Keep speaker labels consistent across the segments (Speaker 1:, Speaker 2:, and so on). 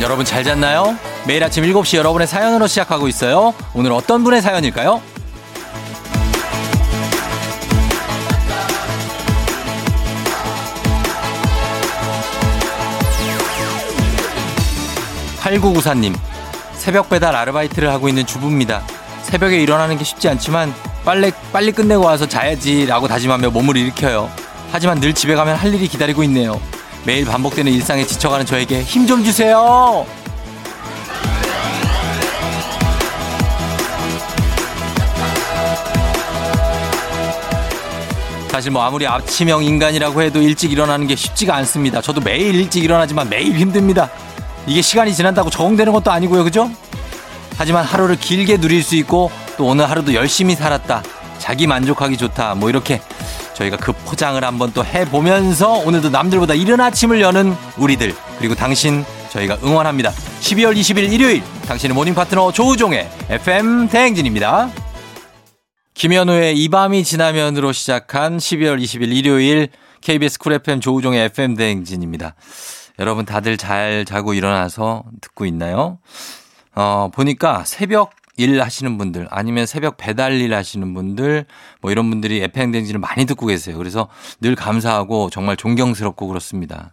Speaker 1: 여러분 잘 잤나요? 매일 아침 7시 여러분의 사연으로 시작하고 있어요. 오늘 어떤 분의 사연일까요? 8994님, 새벽 배달 아르바이트를 하고 있는 주부입니다. 새벽에 일어나는 게 쉽지 않지만 빨리 빨리 끝내고 와서 자야지라고 다짐하며 몸을 일으켜요. 하지만 늘 집에 가면 할 일이 기다리고 있네요. 매일 반복되는 일상에 지쳐가는 저에게 힘 좀 주세요. 사실 뭐 아무리 아침형 인간이라고 해도 일찍 일어나는 게 쉽지가 않습니다. 저도 매일 일찍 일어나지만 매일 힘듭니다. 이게 시간이 지난다고 적응되는 것도 아니고요, 그죠? 하지만 하루를 길게 누릴 수 있고 또 오늘 하루도 열심히 살았다. 자기 만족하기 좋다. 뭐 이렇게 저희가 그 포장을 한번 또 해보면서 오늘도 남들보다 이른 아침을 여는 우리들 그리고 당신 저희가 응원합니다. 12월 20일 일요일 당신의 모닝 파트너 조우종의 FM 대행진입니다. 김현우의 이 밤이 지나면으로 시작한 12월 20일 일요일 KBS 쿨 FM 조우종의 FM 대행진입니다. 여러분 다들 잘 자고 일어나서 듣고 있나요? 어, 보니까 새벽 일 하시는 분들 아니면 새벽 배달 일 하시는 분들 뭐 이런 분들이 FM 대행진을 많이 듣고 계세요. 그래서 늘 감사하고 정말 존경스럽고 그렇습니다.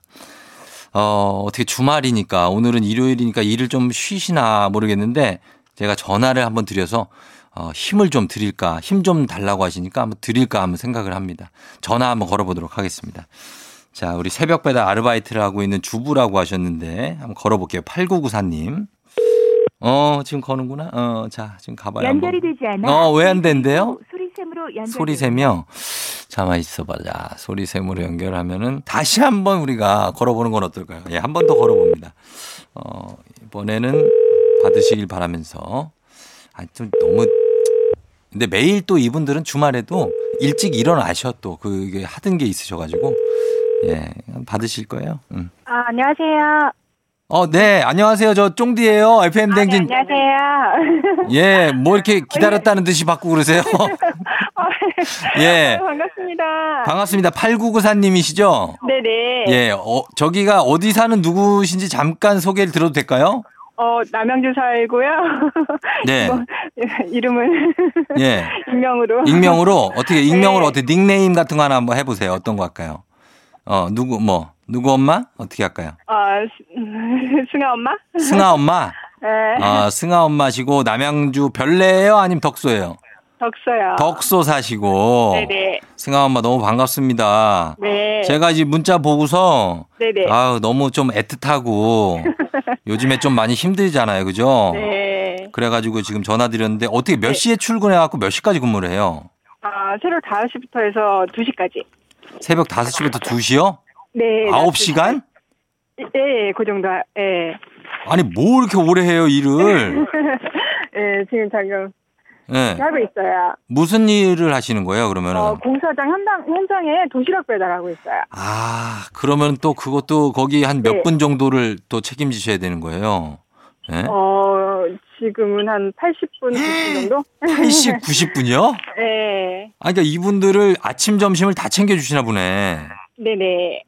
Speaker 1: 어, 어떻게 주말이니까 오늘은 일요일이니까 일을 좀 쉬시나 모르겠는데 제가 전화를 한번 드려서 어, 힘을 좀 드릴까, 힘 좀 달라고 하시니까 한번 드릴까 한번 생각을 합니다. 전화 한번 걸어보도록 하겠습니다. 자, 우리 새벽 배달 아르바이트를 하고 있는 주부라고 하셨는데 한번 걸어볼게요. 8994님. 어, 지금 거는구나. 어, 자, 지금 가봐요. 한번.
Speaker 2: 연결이 되지 않아.
Speaker 1: 어, 왜안 된대요?
Speaker 2: 소리샘으로 연결.
Speaker 1: 소리샘이요. 잠만 있어봐자. 소리샘으로 연결하면은 다시 한번 우리가 걸어보는 건 어떨까요? 예, 한 번 더 걸어봅니다. 어, 이번에는 받으시길 바라면서. 아, 좀 너무. 근데 매일 또 이분들은 주말에도 일찍 일어나셔 또 그게 하던 게 있으셔가지고 예 받으실 거예요. 음.
Speaker 2: 아, 안녕하세요.
Speaker 1: 어, 네 안녕하세요. 저 쫑디예요. FM
Speaker 2: 아, 네,
Speaker 1: 댕진.
Speaker 2: 안녕하세요.
Speaker 1: 예, 뭐 이렇게 기다렸다는 듯이 받고 그러세요. 예.
Speaker 2: 어, 아유, 반갑습니다.
Speaker 1: 반갑습니다. 8994님이시죠?
Speaker 2: 네네.
Speaker 1: 예, 어, 저기가 어디 사는 누구신지 잠깐 소개를 들어도 될까요?
Speaker 2: 어, 남양주 살고요.
Speaker 1: 네.
Speaker 2: 뭐, 이름은
Speaker 1: 예.
Speaker 2: 익명으로.
Speaker 1: 익명으로,
Speaker 2: 네.
Speaker 1: 어떻게, 익명으로 어떻게 닉네임 같은 거 하나 한번 해보세요. 어떤 거 할까요? 어, 누구, 뭐, 누구 엄마? 어떻게 할까요?
Speaker 2: 아, 스- 승아 엄마?
Speaker 1: 승아 엄마?
Speaker 2: 네.
Speaker 1: 아, 승아 엄마시고, 남양주 별내예요 아니면 덕소예요?
Speaker 2: 덕서요.
Speaker 1: 덕소 사시고.
Speaker 2: 네네.
Speaker 1: 승아 엄마 너무 반갑습니다.
Speaker 2: 네.
Speaker 1: 제가 이제 문자 보고서
Speaker 2: 네네.
Speaker 1: 아우 너무 좀 애틋하고 요즘에 좀 많이 힘들잖아요, 그죠?
Speaker 2: 네.
Speaker 1: 그래가지고 지금 전화 드렸는데 어떻게 몇 시에 출근해갖고 몇 시까지 근무를 해요?
Speaker 2: 아, 새벽 5시부터 해서 2시까지.
Speaker 1: 새벽 5시부터 2시요?
Speaker 2: 네.
Speaker 1: 아홉 시간
Speaker 2: 예, 그 정도. 예.
Speaker 1: 아니 뭐 이렇게 오래 해요 일을?
Speaker 2: 예, 지금 잠깐
Speaker 1: 예.
Speaker 2: 하고 있어요.
Speaker 1: 무슨 일을 하시는 거예요 그러면은?
Speaker 2: 어, 공사장 현장, 현장에 도시락 배달하고 있어요.
Speaker 1: 아 그러면 또 그것도 거기 한 몇
Speaker 2: 네.
Speaker 1: 분 정도를 또 책임지셔야 되는 거예요? 예?
Speaker 2: 어, 지금은 한
Speaker 1: 네.
Speaker 2: 80분, 90분 정도?
Speaker 1: 80, 90분이요?
Speaker 2: 네.
Speaker 1: 아 그러니까 이분들을 아침 점심을 다 챙겨주시나 보네.
Speaker 2: 네네.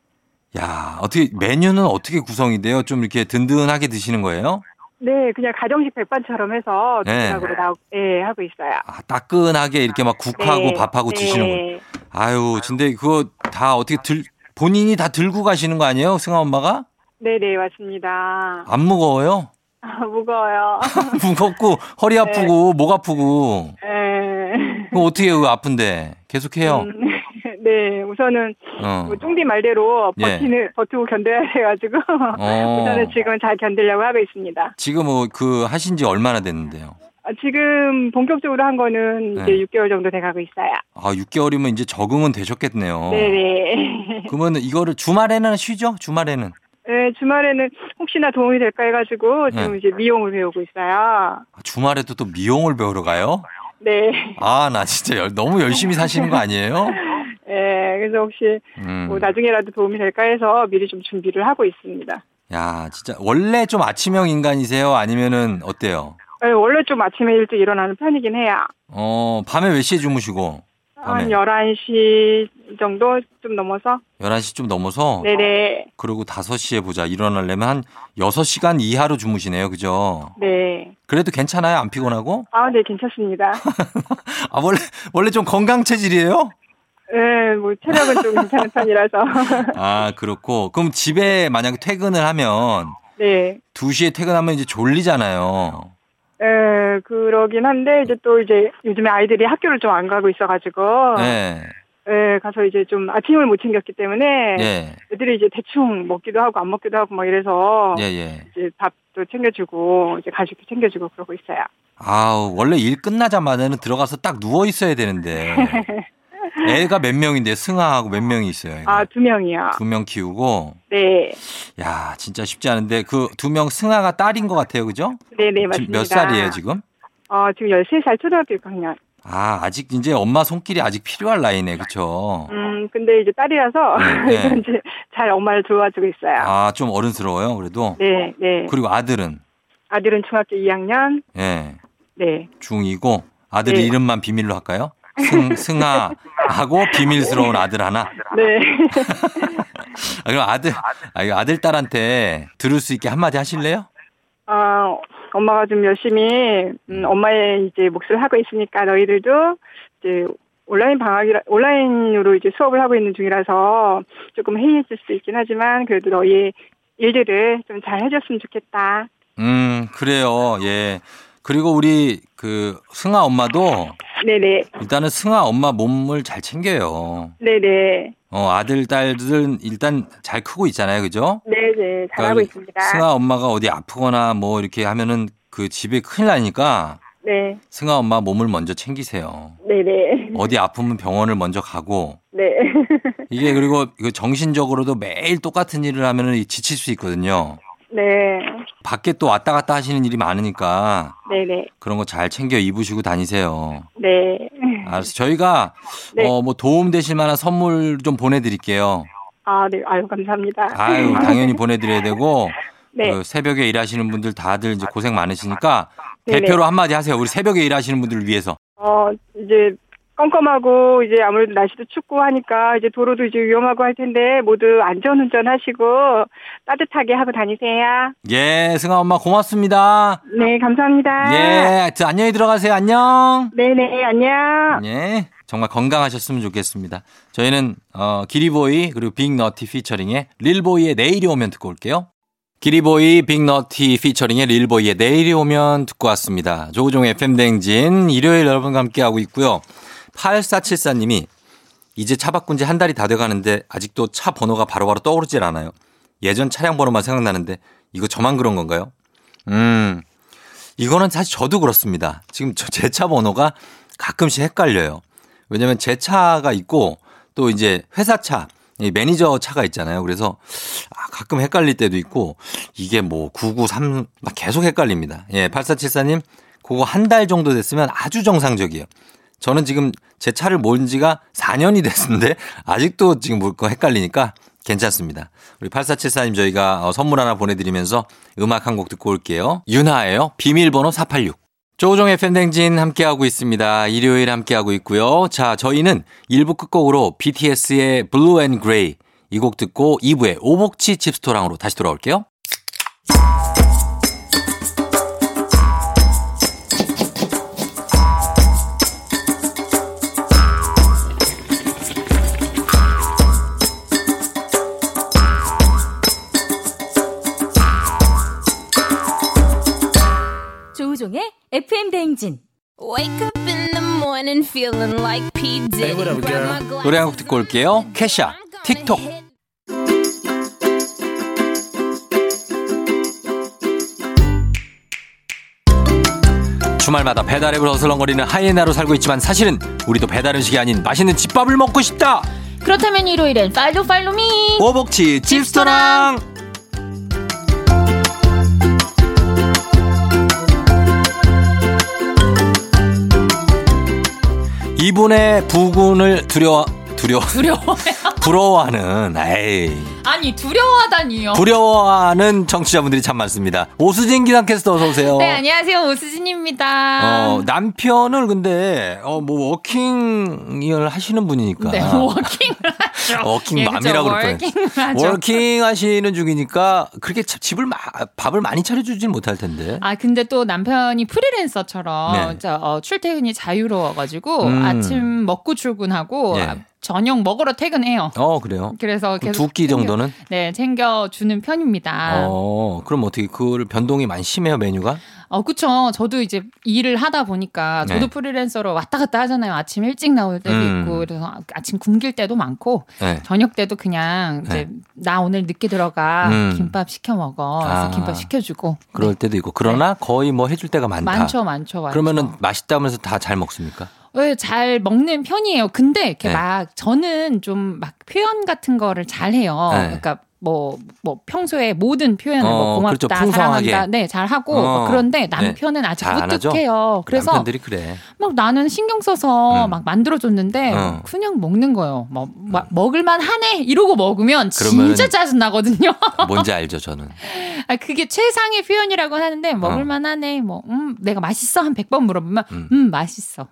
Speaker 1: 야, 어떻게 메뉴는 어떻게 구성이 돼요? 좀 이렇게 든든하게 드시는 거예요?
Speaker 2: 네, 그냥 가정식 백반처럼 해서
Speaker 1: 네.
Speaker 2: 도시락으로 나오, 예, 하고 있어요.
Speaker 1: 아, 따끈하게 이렇게 막 국하고
Speaker 2: 네.
Speaker 1: 밥하고
Speaker 2: 네.
Speaker 1: 드시는군요. 아유, 근데 그거 다 어떻게 들 본인이 다 들고 가시는 거 아니에요? 승아 엄마가?
Speaker 2: 네네, 맞습니다.
Speaker 1: 안 무거워요?
Speaker 2: 아, 무거워요.
Speaker 1: 무겁고
Speaker 2: 네.
Speaker 1: 허리 아프고 목 아프고.
Speaker 2: 예.
Speaker 1: 그거 어떻게 해요? 그거 아픈데. 계속해요.
Speaker 2: 음, 네, 우선은,
Speaker 1: 어.
Speaker 2: 뭐 쫑디 말대로
Speaker 1: 예.
Speaker 2: 버티는, 버티고 견뎌야 돼가지고.
Speaker 1: 어.
Speaker 2: 우선은 지금 잘 견디려고 하고 있습니다.
Speaker 1: 지금 뭐 그 하신 지 얼마나 됐는데요?
Speaker 2: 아, 지금 본격적으로 한 거는
Speaker 1: 네.
Speaker 2: 이제 6개월 정도 돼가고 있어요.
Speaker 1: 아, 6개월이면 이제 적응은 되셨겠네요.
Speaker 2: 네네.
Speaker 1: 그러면 이거를 주말에는 쉬죠? 주말에는.
Speaker 2: 네, 주말에는 혹시나 도움이 될까 해가지고 지금
Speaker 1: 네.
Speaker 2: 이제 미용을 배우고 있어요.
Speaker 1: 아, 주말에도 또 미용을 배우러 가요?
Speaker 2: 네.
Speaker 1: 아, 나 진짜 열- 너무 열심히 사시는 거 아니에요?
Speaker 2: 예, 그래서 혹시
Speaker 1: 음.
Speaker 2: 뭐 나중에라도 도움이 될까 해서 미리 좀 준비를 하고 있습니다.
Speaker 1: 야, 진짜 원래 좀 아침형 인간이세요? 아니면은 어때요?
Speaker 2: 예, 원래 좀 아침에 일찍 일어나는 편이긴 해요.
Speaker 1: 어, 밤에 몇 시에 주무시고?
Speaker 2: 한
Speaker 1: 밤에.
Speaker 2: 11시 정도 좀 넘어서?
Speaker 1: 11시 좀 넘어서 아.
Speaker 2: 네네.
Speaker 1: 그리고 5시에 보자. 일어나려면 한 6시간 이하로 주무시네요. 그죠?
Speaker 2: 네.
Speaker 1: 그래도 괜찮아요? 안 피곤하고?
Speaker 2: 아, 네, 괜찮습니다.
Speaker 1: 아, 원래 원래 좀 건강 체질이에요?
Speaker 2: 네, 뭐, 체력은 좀 괜찮은 편이라서.
Speaker 1: 아, 그렇고. 그럼 집에 만약에 퇴근을 하면
Speaker 2: 네.
Speaker 1: 2시에 퇴근하면 이제 졸리잖아요.
Speaker 2: 어. 예, 그러긴 한데, 이제 또 이제 요즘에 아이들이 학교를 좀 안 가고 있어가지고,
Speaker 1: 네.
Speaker 2: 예, 가서 이제 좀 아침을 못 챙겼기 때문에,
Speaker 1: 예.
Speaker 2: 애들이 이제 대충 먹기도 하고 안 먹기도 하고 막 이래서,
Speaker 1: 예, 예.
Speaker 2: 이제 밥도 챙겨주고, 이제 간식도 챙겨주고 그러고 있어요.
Speaker 1: 아우, 원래 일 끝나자마자는 들어가서 딱 누워 있어야 되는데. 애가 몇 명인데 승아하고 몇 명이 있어요.
Speaker 2: 아, 두 명이요.
Speaker 1: 네. 두 명 키우고
Speaker 2: 네.
Speaker 1: 야, 진짜 쉽지 않은데 그 두 명 승아가 딸인 것 같아요. 그죠?
Speaker 2: 네네, 맞습니다.
Speaker 1: 지금 몇 살이에요, 지금?
Speaker 2: 어, 지금 13살 초등학교 6학년.
Speaker 1: 아, 아직 이제 엄마 손길이 아직 필요할 나이네. 그렇죠?
Speaker 2: 음, 근데 이제 딸이라서
Speaker 1: 네, 네.
Speaker 2: 이제 잘 엄마를 도와주고 있어요.
Speaker 1: 아, 좀 어른스러워요. 그래도.
Speaker 2: 네, 네.
Speaker 1: 그리고 아들은
Speaker 2: 아들은 중학교 2학년.
Speaker 1: 예.
Speaker 2: 네.
Speaker 1: 중이고 아들
Speaker 2: 네.
Speaker 1: 이름만 비밀로 할까요? 승, 승아하고 비밀스러운 아들 하나.
Speaker 2: 네.
Speaker 1: 아, 그럼 아들, 아, 이거 아들 딸한테 들을 수 있게 한마디 하실래요?
Speaker 2: 아, 엄마가 좀 열심히 음, 엄마의 이제 몫을 하고 있으니까 너희들도 이제 온라인 방학이라 온라인으로 이제 수업을 하고 있는 중이라서 조금 해이해질 수 있긴 하지만 그래도 너희의 일들을 좀 잘 해줬으면 좋겠다.
Speaker 1: 음, 그래요. 예. 그리고 우리 그 승아 엄마도
Speaker 2: 네네.
Speaker 1: 일단은 승아 엄마 몸을 잘 챙겨요.
Speaker 2: 네네.
Speaker 1: 어, 아들, 딸들은 일단 잘 크고 있잖아요. 그죠?
Speaker 2: 네네. 잘하고
Speaker 1: 그러니까
Speaker 2: 있습니다.
Speaker 1: 승아 엄마가 어디 아프거나 뭐 이렇게 하면은 그 집에 큰일 나니까
Speaker 2: 네.
Speaker 1: 승아 엄마 몸을 먼저 챙기세요.
Speaker 2: 네네.
Speaker 1: 어디 아프면 병원을 먼저 가고
Speaker 2: 네.
Speaker 1: 이게 그리고 그 정신적으로도 매일 똑같은 일을 하면은 이 지칠 수 있거든요.
Speaker 2: 네.
Speaker 1: 밖에 또 왔다 갔다 하시는 일이 많으니까
Speaker 2: 네네.
Speaker 1: 그런 거 잘 챙겨 입으시고 다니세요.
Speaker 2: 네.
Speaker 1: 알았어. 저희가
Speaker 2: 네.
Speaker 1: 어 뭐 도움 되실 만한 선물 좀 보내드릴게요.
Speaker 2: 아, 네. 아유, 감사합니다.
Speaker 1: 아유 당연히 보내드려야 되고
Speaker 2: 네.
Speaker 1: 그 새벽에 일하시는 분들 다들 이제 고생 많으시니까
Speaker 2: 네네.
Speaker 1: 대표로 한마디 하세요. 우리 새벽에 일하시는 분들을 위해서.
Speaker 2: 어, 이제 껌껌하고 이제 아무래도 날씨도 춥고 하니까 이제 도로도 이제 위험하고 할 텐데 모두 안전운전 하시고 따뜻하게 하고 다니세요.
Speaker 1: 예, 승아 엄마 고맙습니다.
Speaker 2: 네, 감사합니다.
Speaker 1: 예, 자, 안녕히 들어가세요. 안녕.
Speaker 2: 네네, 안녕.
Speaker 1: 예, 정말 건강하셨으면 좋겠습니다. 저희는 어, 기리보이 그리고 빅너티 피처링의 릴보이의 내일이 오면 듣고 올게요. 기리보이 빅너티 피처링의 릴보이의 내일이 오면 듣고 왔습니다. 조우종 FM 댕진 일요일 여러분과 함께하고 있고요. 8474님이 이제 차 바꾼 지 한 달이 다 돼가는데 아직도 차 번호가 바로바로 떠오르질 않아요. 예전 차량 번호만 생각나는데 이거 저만 그런 건가요? 음, 이거는 사실 저도 그렇습니다. 지금 제 차 번호가 가끔씩 헷갈려요. 왜냐면 제 차가 있고 또 이제 회사 차, 이 매니저 차가 있잖아요. 그래서 아, 가끔 헷갈릴 때도 있고 이게 뭐 993, 막 계속 헷갈립니다. 예, 8474님, 그거 한 달 정도 됐으면 아주 정상적이에요. 저는 지금 제 차를 모은 지가 4년이 됐는데 아직도 지금 뭘거 헷갈리니까 괜찮습니다. 우리 8474님 저희가 어, 선물 하나 보내드리면서 음악 한 곡 듣고 올게요. 윤하예요. 비밀번호 486. 조종의 팬댕진 함께하고 있습니다. 일요일 함께하고 있고요. 자, 저희는 1부 끝곡으로 BTS의 Blue and Grey 이 곡 듣고 2부에 오복치 칩스토랑으로 다시 돌아올게요.
Speaker 3: 조우종의 FM 대행진.
Speaker 4: Wake up in the morning feeling like P. Diddy.
Speaker 5: Hey, what up, girl?
Speaker 1: 노래 한 곡 듣고 올게요. 캐샤, 틱톡. 주말마다 배달앱을 어슬렁거리는 하이에나로 살고 있지만 사실은 우리도 배달 음식이 아닌 맛있는 집밥을 먹고 싶다.
Speaker 3: 그렇다면 일요일엔 팔로 팔로미.
Speaker 1: 오복치 칩스토랑. 이분의 부군을 두려워 두려워
Speaker 3: 두려워요.
Speaker 1: 부러워하는 에이
Speaker 5: 아니 두려워하다니요.
Speaker 1: 부러워하는 청취자분들이 참 많습니다. 오수진 기상캐스터 어서 오세요.
Speaker 5: 네 안녕하세요 오수진입니다.
Speaker 1: 어, 남편을 근데 어 뭐 워킹을 하시는 분이니까
Speaker 5: 네 워킹
Speaker 1: 아. 워킹
Speaker 5: 예, 그쵸.
Speaker 1: 맘이라고 그럴 뻔했네.
Speaker 5: 워킹하죠.
Speaker 1: 워킹 하시는 중이니까 그렇게 참 집을 마, 밥을 많이 차려주진 못할 텐데.
Speaker 5: 아 근데 또 남편이 프리랜서처럼
Speaker 1: 네.
Speaker 5: 저, 어, 출퇴근이 자유로워가지고
Speaker 1: 음.
Speaker 5: 아침 먹고 출근하고
Speaker 1: 예.
Speaker 5: 아, 저녁 먹으러 퇴근해요.
Speaker 1: 어 그래요.
Speaker 5: 그래서 계속
Speaker 1: 두 끼
Speaker 5: 챙겨-
Speaker 1: 정도는.
Speaker 5: 네 챙겨주는 편입니다. 어,
Speaker 1: 어 그럼 어떻게 그거를 변동이 많이 심해요 메뉴가?
Speaker 5: 그쵸. 저도 이제 일을 하다 보니까 저도
Speaker 1: 네.
Speaker 5: 프리랜서로 왔다 갔다 하잖아요. 아침 일찍 나올 때도
Speaker 1: 음.
Speaker 5: 있고 그래서 아침 굶길 때도 많고
Speaker 1: 네.
Speaker 5: 저녁 때도 그냥 이제
Speaker 1: 네.
Speaker 5: 나 오늘 늦게 들어가
Speaker 1: 음.
Speaker 5: 김밥 시켜 먹어. 그래서
Speaker 1: 아.
Speaker 5: 김밥 시켜주고
Speaker 1: 그럴 때도 있고 그러나 거의 뭐 해줄 때가 많다.
Speaker 5: 네. 많죠, 많죠, 많죠.
Speaker 1: 그러면은 맛있다면서 다 잘 먹습니까?
Speaker 5: 네, 잘 먹는 편이에요. 근데 이렇게
Speaker 1: 네.
Speaker 5: 막 저는 좀 막 표현 같은 거를 잘 해요.
Speaker 1: 네.
Speaker 5: 그러니까 뭐 뭐 평소에 모든 표현을 뭐
Speaker 1: 어,
Speaker 5: 고맙다,
Speaker 1: 그렇죠. 풍성하게.
Speaker 5: 사랑한다, 네잘 하고 뭐
Speaker 1: 어. 네.
Speaker 5: 그런데 남편은 아직
Speaker 1: 잘안 하죠?
Speaker 5: 무뚝해요. 어, 그래서
Speaker 1: 남편들이 그래.
Speaker 5: 막 나는 신경 써서
Speaker 1: 음.
Speaker 5: 막 만들어줬는데
Speaker 1: 어. 음.
Speaker 5: 그냥 먹는 거예요. 뭐 마- 먹을만 하네 이러고 먹으면
Speaker 1: 그러면은-
Speaker 5: 진짜 짜증 나거든요.
Speaker 1: 뭔지 알죠 저는.
Speaker 5: 아, 그게 최상의 표현이라고 하는데 먹을만 하네. 뭐 음, 내가 맛있어 한 100번 물어보면
Speaker 1: 어. 음.
Speaker 5: 음, 맛있어.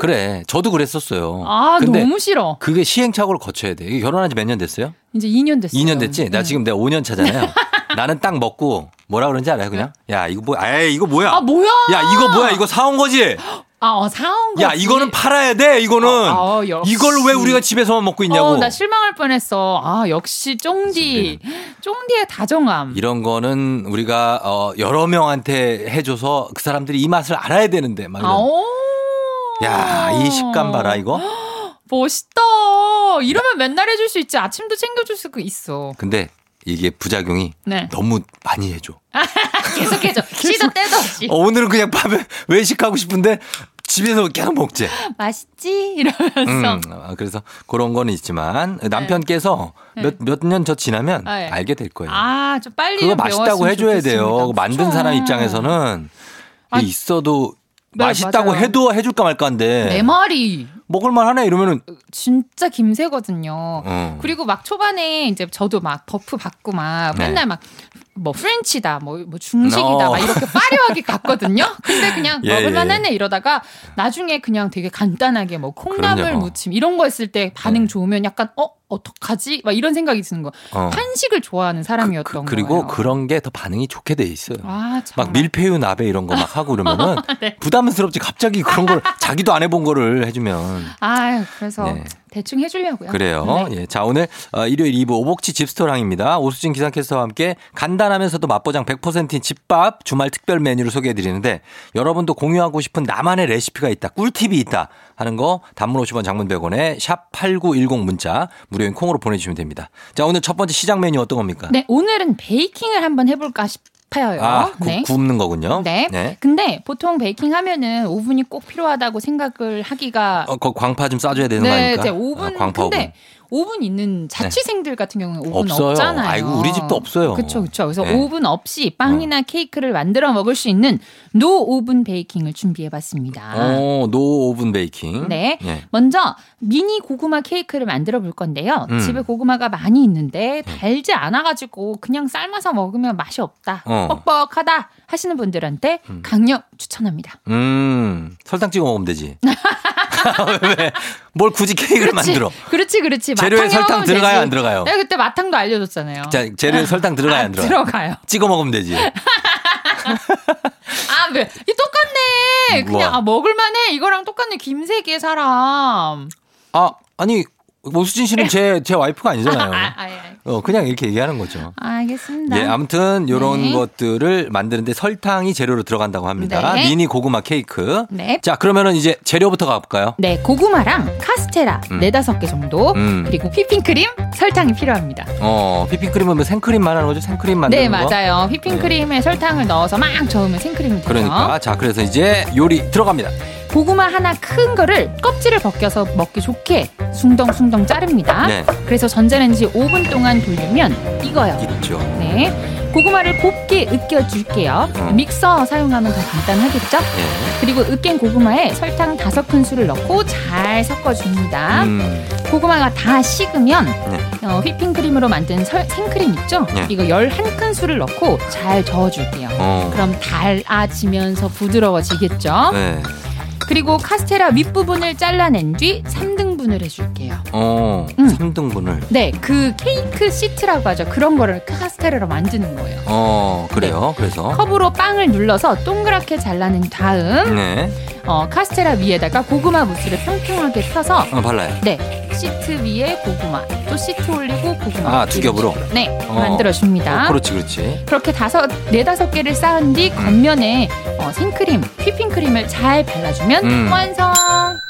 Speaker 1: 그래. 저도 그랬었어요.
Speaker 5: 아,
Speaker 1: 근데
Speaker 5: 너무 싫어.
Speaker 1: 그게 시행착오를 거쳐야 돼. 이게 결혼한 지 몇 년 됐어요?
Speaker 5: 이제 2년 됐어요.
Speaker 1: 2년 됐지? 나
Speaker 5: 네.
Speaker 1: 지금 내가 5년 차잖아요. 나는 딱 먹고 뭐라 그러는지 알아요, 그냥? 야, 이거 뭐, 에이, 이거 뭐야?
Speaker 5: 네. 아 뭐야?
Speaker 1: 야, 이거 뭐야? 이거 사온 거지?
Speaker 5: 아 어, 사온 거.
Speaker 1: 야, 이거는 팔아야 돼, 이거는.
Speaker 5: 어, 어, 역시.
Speaker 1: 이걸 왜 우리가 집에서만 먹고 있냐고.
Speaker 5: 어, 나 실망할 뻔했어. 아 역시 쫑디, 쫑디의 다정함.
Speaker 1: 이런 거는 우리가 어, 여러 명한테 해줘서 그 사람들이 이 맛을 알아야 되는데 막 이런.
Speaker 5: 아오.
Speaker 1: 야, 이 식감 봐라 이거.
Speaker 5: 멋있다. 이러면 맨날 해줄 수 있지. 아침도 챙겨줄 수 있어.
Speaker 1: 근데 이게 부작용이
Speaker 5: 네.
Speaker 1: 너무 많이 해줘.
Speaker 5: 계속해줘. 시도 때도 없이.
Speaker 1: 어, 오늘은 그냥 밥에 외식하고 싶은데 집에서 계속 먹지.
Speaker 5: 맛있지? 이러면서.
Speaker 1: 어. 음, 아, 그래서 그런 거는 있지만 남편께서 몇 몇 년 저 지나면
Speaker 5: 네.
Speaker 1: 알게 될 거예요.
Speaker 5: 아, 좀 빨리
Speaker 1: 그거
Speaker 5: 좀
Speaker 1: 맛있다고
Speaker 5: 배웠으면
Speaker 1: 해줘야 돼요.
Speaker 5: 좋겠습니다.
Speaker 1: 그거 만든
Speaker 5: 그쵸?
Speaker 1: 사람 입장에서는
Speaker 5: 아,
Speaker 1: 이게 있어도
Speaker 5: 네,
Speaker 1: 맛있다고
Speaker 5: 맞아요. 네,
Speaker 1: 해도 해줄까 말까인데
Speaker 5: 내 말이
Speaker 1: 먹을만 하네 이러면은
Speaker 5: 그 진짜 김새거든요.
Speaker 1: 어.
Speaker 5: 그리고 막 초반에 이제 저도 막 버프 받고 막
Speaker 1: 네.
Speaker 5: 맨날 막 뭐 프렌치다 뭐, 뭐 중식이다
Speaker 1: 어.
Speaker 5: 막 이렇게 화려하게 갔거든요. 근데 그냥
Speaker 1: 예,
Speaker 5: 먹을만
Speaker 1: 예.
Speaker 5: 하네 이러다가 나중에 그냥 되게 간단하게 뭐 콩나물
Speaker 1: 그럼요. 네.
Speaker 5: 무침 이런 거 했을 때 반응 좋으면 약간 어 어떡하지 막 이런 생각이 드는 거.
Speaker 1: 어.
Speaker 5: 한식을 좋아하는
Speaker 1: 그,
Speaker 5: 사람이었던
Speaker 1: 그리고
Speaker 5: 거예요.
Speaker 1: 그런 게 더 반응이 좋게 돼 있어요.
Speaker 5: 아, 정말. 네.
Speaker 1: 막 밀푀유 나베 이런 거 막 하고 그러면은 부담스럽지 갑자기 그런 걸 자기도 안 해본 거를 해주면
Speaker 5: 아유, 그래서
Speaker 1: 네.
Speaker 5: 대충 해주려고요.
Speaker 1: 그래요.
Speaker 5: 네.
Speaker 1: 예. 자, 오늘 어, 일요일 2부 오복치 집스토랑입니다. 오수진 기상캐스터와 함께 간단하면서도 맛보장 100%인 집밥 주말 특별 메뉴를 소개해 드리는데 여러분도 공유하고 싶은 나만의 레시피가 있다. 꿀팁이 있다 하는 거 단문 50원 장문 100원에 샵 8910 문자 무료인 콩으로 보내 주시면 됩니다. 자, 오늘 첫 번째 시작 메뉴 어떤 겁니까?
Speaker 5: 네, 오늘은 베이킹을 한번 해볼까 싶어요.
Speaker 1: 아, 구,
Speaker 5: 네.
Speaker 1: 굽는 거군요.
Speaker 5: 네. 근데 보통 베이킹 하면은 오븐이 꼭 필요하다고 생각을 하기가
Speaker 1: 어, 거 광파 좀 싸줘야 되는 거
Speaker 5: 아. 네,
Speaker 1: 아닙니까?
Speaker 5: 이제
Speaker 1: 아,
Speaker 5: 오븐
Speaker 1: 광파
Speaker 5: 근데 오븐 있는 자취생들 같은 경우는 오븐
Speaker 1: 없어요.
Speaker 5: 없잖아요.
Speaker 1: 아이고, 우리 집도 없어요.
Speaker 5: 그렇죠, 그렇죠. 그래서
Speaker 1: 네.
Speaker 5: 오븐 없이 빵이나 케이크를 만들어 먹을 수 있는 노 오븐 베이킹을 준비해봤습니다.
Speaker 1: 오븐. 어, 노 오븐 베이킹.
Speaker 5: 아. 네.
Speaker 1: 예.
Speaker 5: 먼저 미니 고구마 케이크를 만들어 볼 건데요.
Speaker 1: 음. 네.
Speaker 5: 집에 고구마가 많이 있는데 달지 않아가지고 그냥 삶아서 먹으면 맛이 없다,
Speaker 1: 어.
Speaker 5: 뻑뻑하다 하시는 분들한테 강력 추천합니다.
Speaker 1: 음, 설탕 찍어 먹으면 되지. 왜? 뭘 굳이 케이크를 만들어?
Speaker 5: 그렇지, 그렇지.
Speaker 1: 재료에
Speaker 5: 마탕에
Speaker 1: 설탕
Speaker 5: 넣으면
Speaker 1: 들어가요,
Speaker 5: 되지.
Speaker 1: 안 들어가요?
Speaker 5: 내가 그때 마탕도 알려줬잖아요.
Speaker 1: 자, 재료에 설탕 들어가야 안 들어가?
Speaker 5: 아, 들어가요.
Speaker 1: 찍어 먹으면 되지.
Speaker 5: 아, 왜? 이 똑같네. 그냥
Speaker 1: 우와.
Speaker 5: 아, 먹을만해. 이거랑 똑같네. 김세계 사람.
Speaker 1: 아, 아니, 오수진 씨는 제, 제 와이프가
Speaker 5: 아, 아,
Speaker 1: 아니잖아요.
Speaker 5: 아, 예.
Speaker 1: 어, 그냥 이렇게 얘기하는 거죠.
Speaker 5: 알겠습니다.
Speaker 1: 예, 아무튼 요런
Speaker 5: 네.
Speaker 1: 것들을 만드는데 설탕이 재료로 들어간다고 합니다.
Speaker 5: 네.
Speaker 1: 미니 고구마 케이크.
Speaker 5: 네.
Speaker 1: 자, 그러면은 이제 재료부터 가볼까요?
Speaker 5: 네, 고구마랑 카스테라
Speaker 1: 음.
Speaker 5: 네 다섯 개 정도
Speaker 1: 음.
Speaker 5: 그리고 휘핑크림, 설탕이 필요합니다.
Speaker 1: 어, 휘핑크림은 뭐 생크림만 하는 거죠? 생크림 만드는
Speaker 5: 네,
Speaker 1: 거? 음.
Speaker 5: 맞아요. 휘핑크림에 설탕을 넣어서 막 저으면 생크림이 돼요.
Speaker 1: 그러니까 자, 그래서 이제 요리 들어갑니다.
Speaker 5: 고구마 하나 큰 거를 껍질을 벗겨서 먹기 좋게 숭덩숭덩 자릅니다.
Speaker 1: 네.
Speaker 5: 그래서 전자레인지 5분 동안 돌리면 익어요.
Speaker 1: 있죠.
Speaker 5: 네. 고구마를 곱게 으깨줄게요.
Speaker 1: 예. 어.
Speaker 5: 믹서 사용하면 더 간단하겠죠?
Speaker 1: 예.
Speaker 5: 그리고 으깬 고구마에 설탕 다섯 큰술을 넣고 잘 섞어줍니다.
Speaker 1: 음,
Speaker 5: 고구마가 다 식으면
Speaker 1: 네.
Speaker 5: 어, 휘핑크림으로 만든 설- 생크림 있죠?
Speaker 1: 네.
Speaker 5: 이거 열한 큰술을 넣고 잘 저어줄게요.
Speaker 1: 어.
Speaker 5: 그럼 달아지면서 부드러워지겠죠?
Speaker 1: 네.
Speaker 5: 그리고 카스테라 윗부분을 잘라낸 뒤 3등분을 해줄게요.
Speaker 1: 어.
Speaker 5: 음.
Speaker 1: 3등분을.
Speaker 5: 네, 그 케이크 시트라고 하죠. 그런 거를 카스테라로 만드는 거예요.
Speaker 1: 어, 그래요.
Speaker 5: 네.
Speaker 1: 그래서.
Speaker 5: 컵으로 빵을 눌러서 동그랗게 잘라낸 다음
Speaker 1: 네.
Speaker 5: 어, 카스테라 위에다가 고구마 무스를 평평하게 펴서
Speaker 1: 어, 발라요.
Speaker 5: 네 시트 위에 고구마 또 시트 올리고 고구마
Speaker 1: 아, 두 겹으로?
Speaker 5: 이런 식으로. 네
Speaker 1: 어.
Speaker 5: 만들어 줍니다.
Speaker 1: 어, 그렇지, 음. 그렇지.
Speaker 5: 그렇게 다섯 네 다섯 개를 쌓은 뒤 겉면에 어, 생크림, 휘핑크림을 잘 발라주면
Speaker 1: 음.
Speaker 5: 완성.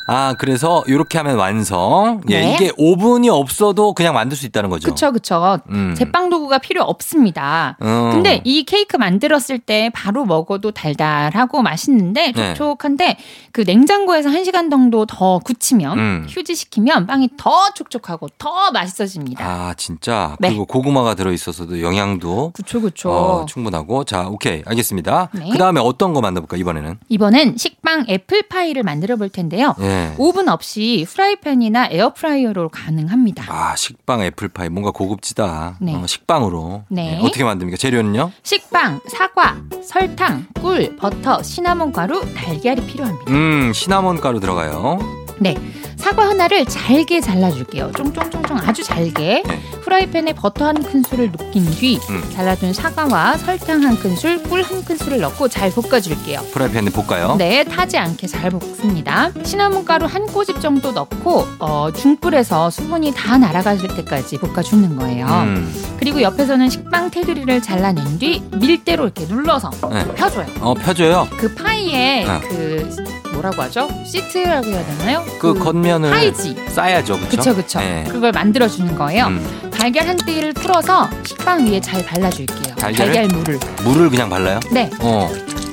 Speaker 1: 아, 그래서 요렇게 하면 완성. 예,
Speaker 5: 네.
Speaker 1: 이게 오븐이 없어도 그냥 만들 수 있다는 거죠.
Speaker 5: 그쵸 그쵸.
Speaker 1: 음.
Speaker 5: 제빵 도구가 필요 없습니다.
Speaker 1: 음.
Speaker 5: 근데 이 케이크 만들었을 때 바로 먹어도 달달하고 맛있는데
Speaker 1: 네.
Speaker 5: 촉촉한데 그 냉장고에서 한시간 정도 더 굳히면
Speaker 1: 음.
Speaker 5: 휴지시키면 빵이 더 촉촉하고 더 맛있어집니다.
Speaker 1: 아, 진짜.
Speaker 5: 네.
Speaker 1: 그리고 고구마가 들어 있어서도 영양도
Speaker 5: 그쵸 그쵸.
Speaker 1: 어, 충분하고. 자, 오케이. 알겠습니다.
Speaker 5: 네.
Speaker 1: 그다음에 어떤 거 만나 볼까 이번에는?
Speaker 5: 이번엔 식빵 애플파이를 만들어 볼 텐데요.
Speaker 1: 예.
Speaker 5: 오븐 없이 프라이팬이나 에어프라이어로 가능합니다.
Speaker 1: 아, 식빵 애플파이 뭔가 고급지다.
Speaker 5: 네.
Speaker 1: 어, 식빵으로.
Speaker 5: 네.
Speaker 1: 예, 어떻게 만듭니까? 재료는요?
Speaker 5: 식빵, 사과, 설탕, 꿀, 버터, 시나몬 가루, 달걀이 필요합니다.
Speaker 1: 음, 시나몬 가루 들어가요.
Speaker 5: 네. 사과 하나를 잘게 잘라줄게요. 쫑쫑쫑쫑 아주 잘게.
Speaker 1: 네.
Speaker 5: 프라이팬에 버터 한 큰술을 녹인 뒤
Speaker 1: 음.
Speaker 5: 잘라둔 사과와 설탕 한 큰술, 꿀 한 큰술을 넣고 잘 볶아줄게요.
Speaker 1: 프라이팬에 볶아요.
Speaker 5: 네, 타지 않게 잘 볶습니다. 시나몬 가루 한 꼬집 정도 넣고 어, 중불에서 수분이 다 날아가실 때까지 볶아주는 거예요.
Speaker 1: 음.
Speaker 5: 그리고 옆에서는 식빵 테두리를 잘라낸 뒤 밀대로 이렇게 눌러서
Speaker 1: 네.
Speaker 5: 펴줘요.
Speaker 1: 어, 펴줘요.
Speaker 5: 그 파이에
Speaker 1: 아.
Speaker 5: 그 뭐라고 하죠? 시트라고 해야 되나요?
Speaker 1: 그 겉면을
Speaker 5: 파이지.
Speaker 1: 싸야죠. 그렇죠?
Speaker 5: 음. 그쵸 그쵸
Speaker 1: 네.
Speaker 5: 그걸 만들어 주는 거예요
Speaker 1: 음,
Speaker 5: 달걀 한 띠를 풀어서 식빵 위에 잘 발라줄게요
Speaker 1: 달걀을?
Speaker 5: 물을
Speaker 1: 물을 그냥 발라요?
Speaker 5: 네
Speaker 1: 어.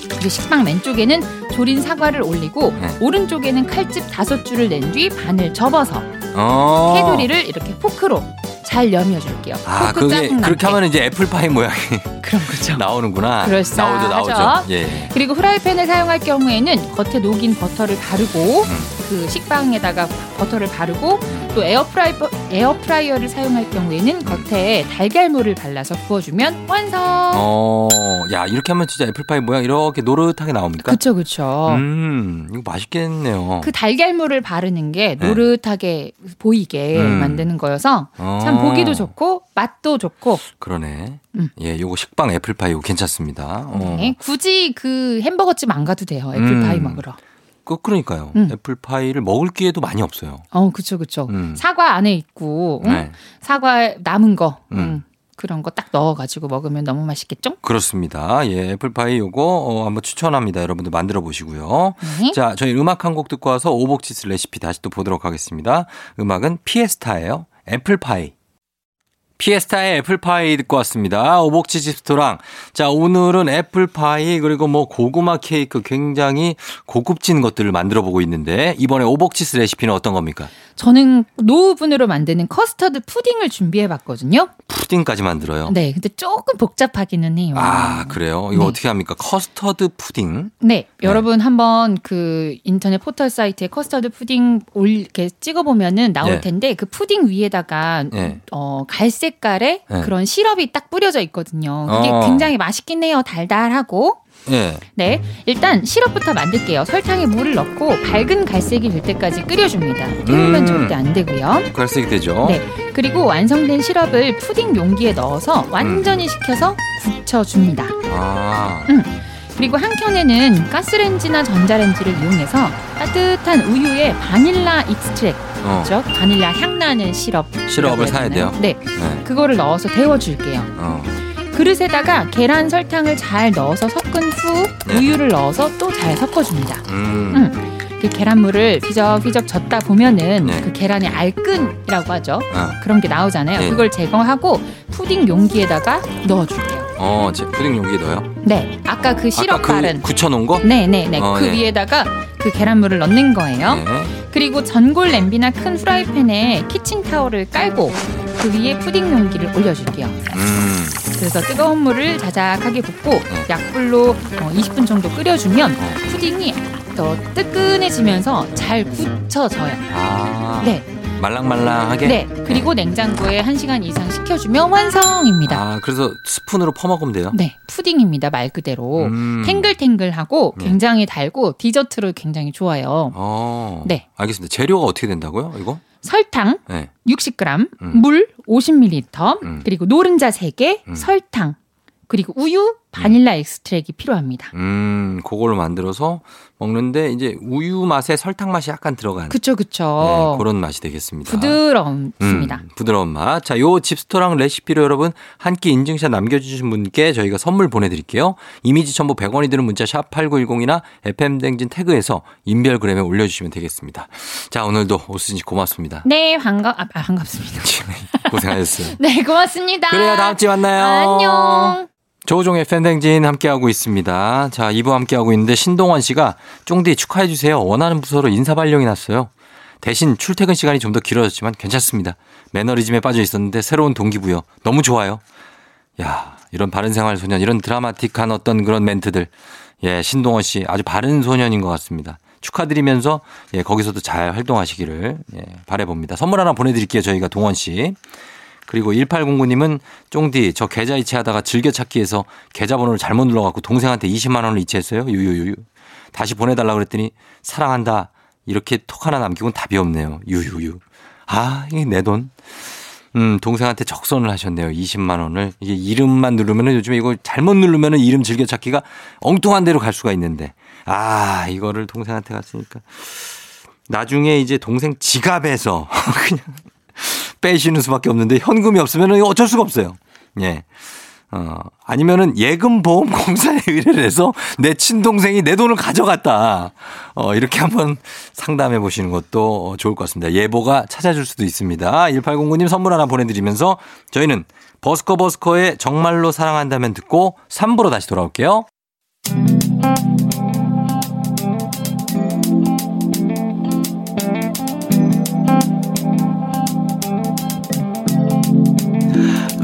Speaker 5: 그리고 식빵 왼쪽에는 졸인 사과를 올리고
Speaker 1: 네.
Speaker 5: 오른쪽에는 칼집 다섯 줄을 낸 뒤 반을 접어서
Speaker 1: 어.
Speaker 5: 테두리를 이렇게 포크로 잘 여며줄게요
Speaker 1: 아,
Speaker 5: 포크
Speaker 1: 그게
Speaker 5: 짜증나게.
Speaker 1: 그렇게 하면 네. 이제 애플파이 모양이
Speaker 5: 그런 거죠
Speaker 1: 나오는구나.
Speaker 5: 그럴싸하죠.
Speaker 1: 나오죠, 나오죠. 예.
Speaker 5: 그리고 후라이팬을 사용할 경우에는 겉에 녹인 버터를 바르고
Speaker 1: 음.
Speaker 5: 그 식빵에다가 버터를 바르고 또 에어프라이 에어프라이어를 사용할 경우에는 겉에 달걀물을 발라서 구워주면 완성.
Speaker 1: 어, 야 이렇게 하면 진짜 애플파이 모양 이렇게 노릇하게 나옵니까?
Speaker 5: 그쵸 그쵸.
Speaker 1: 그러니까 음, 이거 맛있겠네요.
Speaker 5: 그 달걀물을 바르는 게
Speaker 1: 네.
Speaker 5: 노릇하게 보이게
Speaker 1: 음.
Speaker 5: 만드는 거여서
Speaker 1: 어,
Speaker 5: 참 보기도 좋고 맛도 좋고
Speaker 1: 그러네.
Speaker 5: 음.
Speaker 1: 예, 요거 식빵 애플파이 이거 괜찮습니다. 어.
Speaker 5: 네, 굳이 그 햄버거집 안 가도 돼요 애플파이
Speaker 1: 음.
Speaker 5: 먹으러.
Speaker 1: 그, 그러니까요.
Speaker 5: 음.
Speaker 1: 애플파이를 먹을 기회도 많이 없어요.
Speaker 5: 어 그쵸 그쵸.
Speaker 1: 음.
Speaker 5: 사과 안에 있고 응?
Speaker 1: 네,
Speaker 5: 사과 남은 거
Speaker 1: 음.
Speaker 5: 음, 그런 거 딱 넣어가지고 먹으면 너무 맛있겠죠?
Speaker 1: 그렇습니다. 예, 애플파이 요거 어, 한번 추천합니다. 여러분들 만들어 보시고요.
Speaker 5: 네.
Speaker 1: 자, 저희 음악 한 곡 듣고 와서 오복치스 레시피 다시 또 보도록 하겠습니다. 음악은 피에스타예요. 애플파이. 피에스타의 애플파이 듣고 왔습니다. 오복치 집스토랑. 자, 오늘은 애플파이 그리고 뭐 고구마 케이크 굉장히 고급진 것들을 만들어 보고 있는데 이번에 오복치스 레시피는 어떤 겁니까?
Speaker 5: 저는 노후분으로 만드는 커스터드 푸딩을 준비해봤거든요.
Speaker 1: 푸딩까지 만들어요.
Speaker 5: 네, 근데 조금 복잡하기는 해요.
Speaker 1: 아, 그래요? 이거
Speaker 5: 네.
Speaker 1: 어떻게 합니까? 커스터드 푸딩?
Speaker 5: 네, 여러분 한번 그 인터넷 포털 사이트에 커스터드 푸딩 올 이렇게 찍어보면은 나올
Speaker 1: 네.
Speaker 5: 텐데 그 푸딩 위에다가
Speaker 1: 네.
Speaker 5: 어, 갈색깔의
Speaker 1: 네.
Speaker 5: 그런 시럽이 딱 뿌려져 있거든요. 그게
Speaker 1: 어.
Speaker 5: 굉장히 맛있긴 해요. 달달하고.
Speaker 1: 예.
Speaker 5: 네, 일단 시럽부터 만들게요. 설탕에 물을 넣고 밝은 갈색이 될 때까지 끓여줍니다. 태우면
Speaker 1: 음. 어?
Speaker 5: 절대 안 되고요.
Speaker 1: 갈색이 되죠?
Speaker 5: 네. 그리고 완성된 시럽을 푸딩 용기에 넣어서 완전히 식혀서 굳혀줍니다.
Speaker 1: 아,
Speaker 5: 그리고 한 켠에는 가스레인지나 전자레인지를 이용해서 따뜻한 우유에 바닐라 익스트랙,
Speaker 1: 어.
Speaker 5: 즉 바닐라 향 나는 시럽.
Speaker 1: 시럽을 사야 돼요?
Speaker 5: 네,
Speaker 1: 네.
Speaker 5: 그거를 넣어서 데워줄게요.
Speaker 1: 어.
Speaker 5: 그릇에다가 계란 설탕을 잘 넣어서 섞은 후
Speaker 1: 네.
Speaker 5: 우유를 넣어서 또 잘 섞어줍니다.
Speaker 1: 음.
Speaker 5: 그 계란물을 휘적휘적 젓다 보면은
Speaker 1: 네.
Speaker 5: 그 계란의 알끈이라고 하죠.
Speaker 1: 아.
Speaker 5: 그런 게 나오잖아요.
Speaker 1: 네.
Speaker 5: 그걸 제거하고 푸딩 용기에다가 넣어줄게요.
Speaker 1: 어, 제 푸딩 용기 넣어요?
Speaker 5: 네, 아까 그 시럽
Speaker 1: 아까 그
Speaker 5: 바른
Speaker 1: 굳혀놓은 거?
Speaker 5: 네네네
Speaker 1: 어,
Speaker 5: 그
Speaker 1: 네.
Speaker 5: 위에다가 그 계란물을 넣는 거예요.
Speaker 1: 네.
Speaker 5: 그리고 전골 냄비나 큰 프라이팬에 키친 타월을 깔고 그 위에 푸딩 용기를 올려줄게요.
Speaker 1: 음.
Speaker 5: 그래서 뜨거운 물을 자작하게
Speaker 1: 어.
Speaker 5: 붓고 약불로 어, 20분 정도 끓여주면 푸딩이 더 뜨끈해지면서 잘 굳혀져요.
Speaker 1: 아, 예.
Speaker 5: 네,
Speaker 1: 말랑말랑하게.
Speaker 5: 네. 그리고 냉장고에 1시간 이상 식혀주면 완성입니다.
Speaker 1: 아, 그래서 스푼으로 퍼먹으면 돼요.
Speaker 5: 네, 푸딩입니다. 말 그대로.
Speaker 1: 음.
Speaker 5: 탱글탱글하고
Speaker 1: 네.
Speaker 5: 굉장히 달고 디저트로 굉장히 좋아요.
Speaker 1: 어.
Speaker 5: 네.
Speaker 1: 알겠습니다. 재료가 어떻게 된다고요? 이거?
Speaker 5: 설탕
Speaker 1: 네.
Speaker 5: 60g,
Speaker 1: 음.
Speaker 5: 물 50ml,
Speaker 1: 음.
Speaker 5: 그리고 노른자 3개,
Speaker 1: 음.
Speaker 5: 설탕, 그리고 우유, 바닐라 엑스트랙이 필요합니다.
Speaker 1: 음, 그걸로 만들어서 먹는데 이제 우유 맛에 설탕 맛이 약간 들어간
Speaker 5: 그쵸,
Speaker 1: 네,
Speaker 5: 그쵸.
Speaker 1: 그런 맛이 되겠습니다.
Speaker 5: 부드럽습니다.
Speaker 1: 음, 부드러운 맛. 자, 요 집스토랑 레시피로 여러분 한 끼 인증샷 남겨주신 분께 저희가 선물 보내드릴게요. 이미지 첨부 100원이 드는 문자 샵 8910이나 FM댕진 태그에서 인별그램에 올려주시면 되겠습니다. 자, 오늘도 오수진 씨 고맙습니다.
Speaker 5: 네, 반가, 아, 아, 반갑습니다.
Speaker 1: 고생하셨어요.
Speaker 5: 네, 고맙습니다.
Speaker 1: 그래요, 다음 주에 만나요.
Speaker 5: 안녕.
Speaker 1: 조종의 팬댕진 함께하고 있습니다. 자, 2부 함께하고 있는데 신동원 씨가 쫑디 축하해주세요. 원하는 부서로 인사 발령이 났어요. 대신 출퇴근 시간이 좀 더 길어졌지만 괜찮습니다. 매너리즘에 빠져 있었는데 새로운 동기부여. 너무 좋아요. 야, 이런 바른 생활 소년, 이런 드라마틱한 어떤 그런 멘트들. 예, 신동원 씨 아주 바른 소년인 것 같습니다. 축하드리면서 예, 거기서도 잘 활동하시기를 예, 바라봅니다. 선물 하나 보내드릴게요. 저희가 동원 씨. 그리고 1809님은 쫑디 저 계좌 이체하다가 즐겨찾기해서 계좌번호를 잘못 눌러갖고 동생한테 20만 원을 이체했어요. 유유유유. 다시 보내달라 그랬더니 사랑한다 이렇게 톡 하나 남기고는 답이 없네요. 유유유. 아 이게 내 돈. 음 동생한테 적선을 하셨네요. 20만 원을 이게 이름만 누르면은 요즘에 이거 잘못 누르면은 이름 즐겨찾기가 엉뚱한 데로 갈 수가 있는데 아 이거를 동생한테 갔으니까 나중에 이제 동생 지갑에서 그냥 빼시는 수밖에 없는데 현금이 없으면 어쩔 수가 없어요. 예. 어, 아니면은 예금보험공사에 의뢰를 해서 내 친동생이 내 돈을 가져갔다. 어, 이렇게 한번 상담해 보시는 것도 어, 좋을 것 같습니다. 예보가 찾아줄 수도 있습니다. 1809님 선물 하나 보내드리면서 저희는 버스커버스커의 정말로 사랑한다면 듣고 3부로 다시 돌아올게요.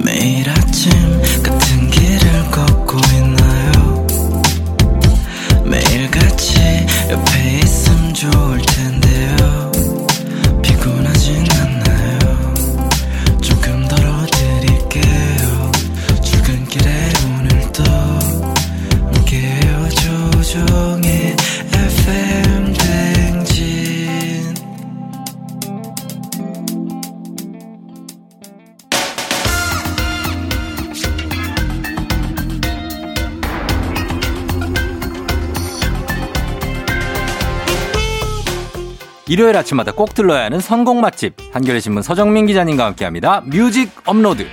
Speaker 6: 매일 아침 같은 길을 걷고 있나요 매일 같이 옆에 있음 좋을 텐데요 피곤하진 않나요 조금 덜어드릴게요 출근길에 오늘도 함께해요 조종의 FM 댕진
Speaker 1: 일요일 아침마다 꼭 들러야 하는 선곡 맛집 한겨레 신문 서정민 기자님과 함께합니다. 뮤직 업로드.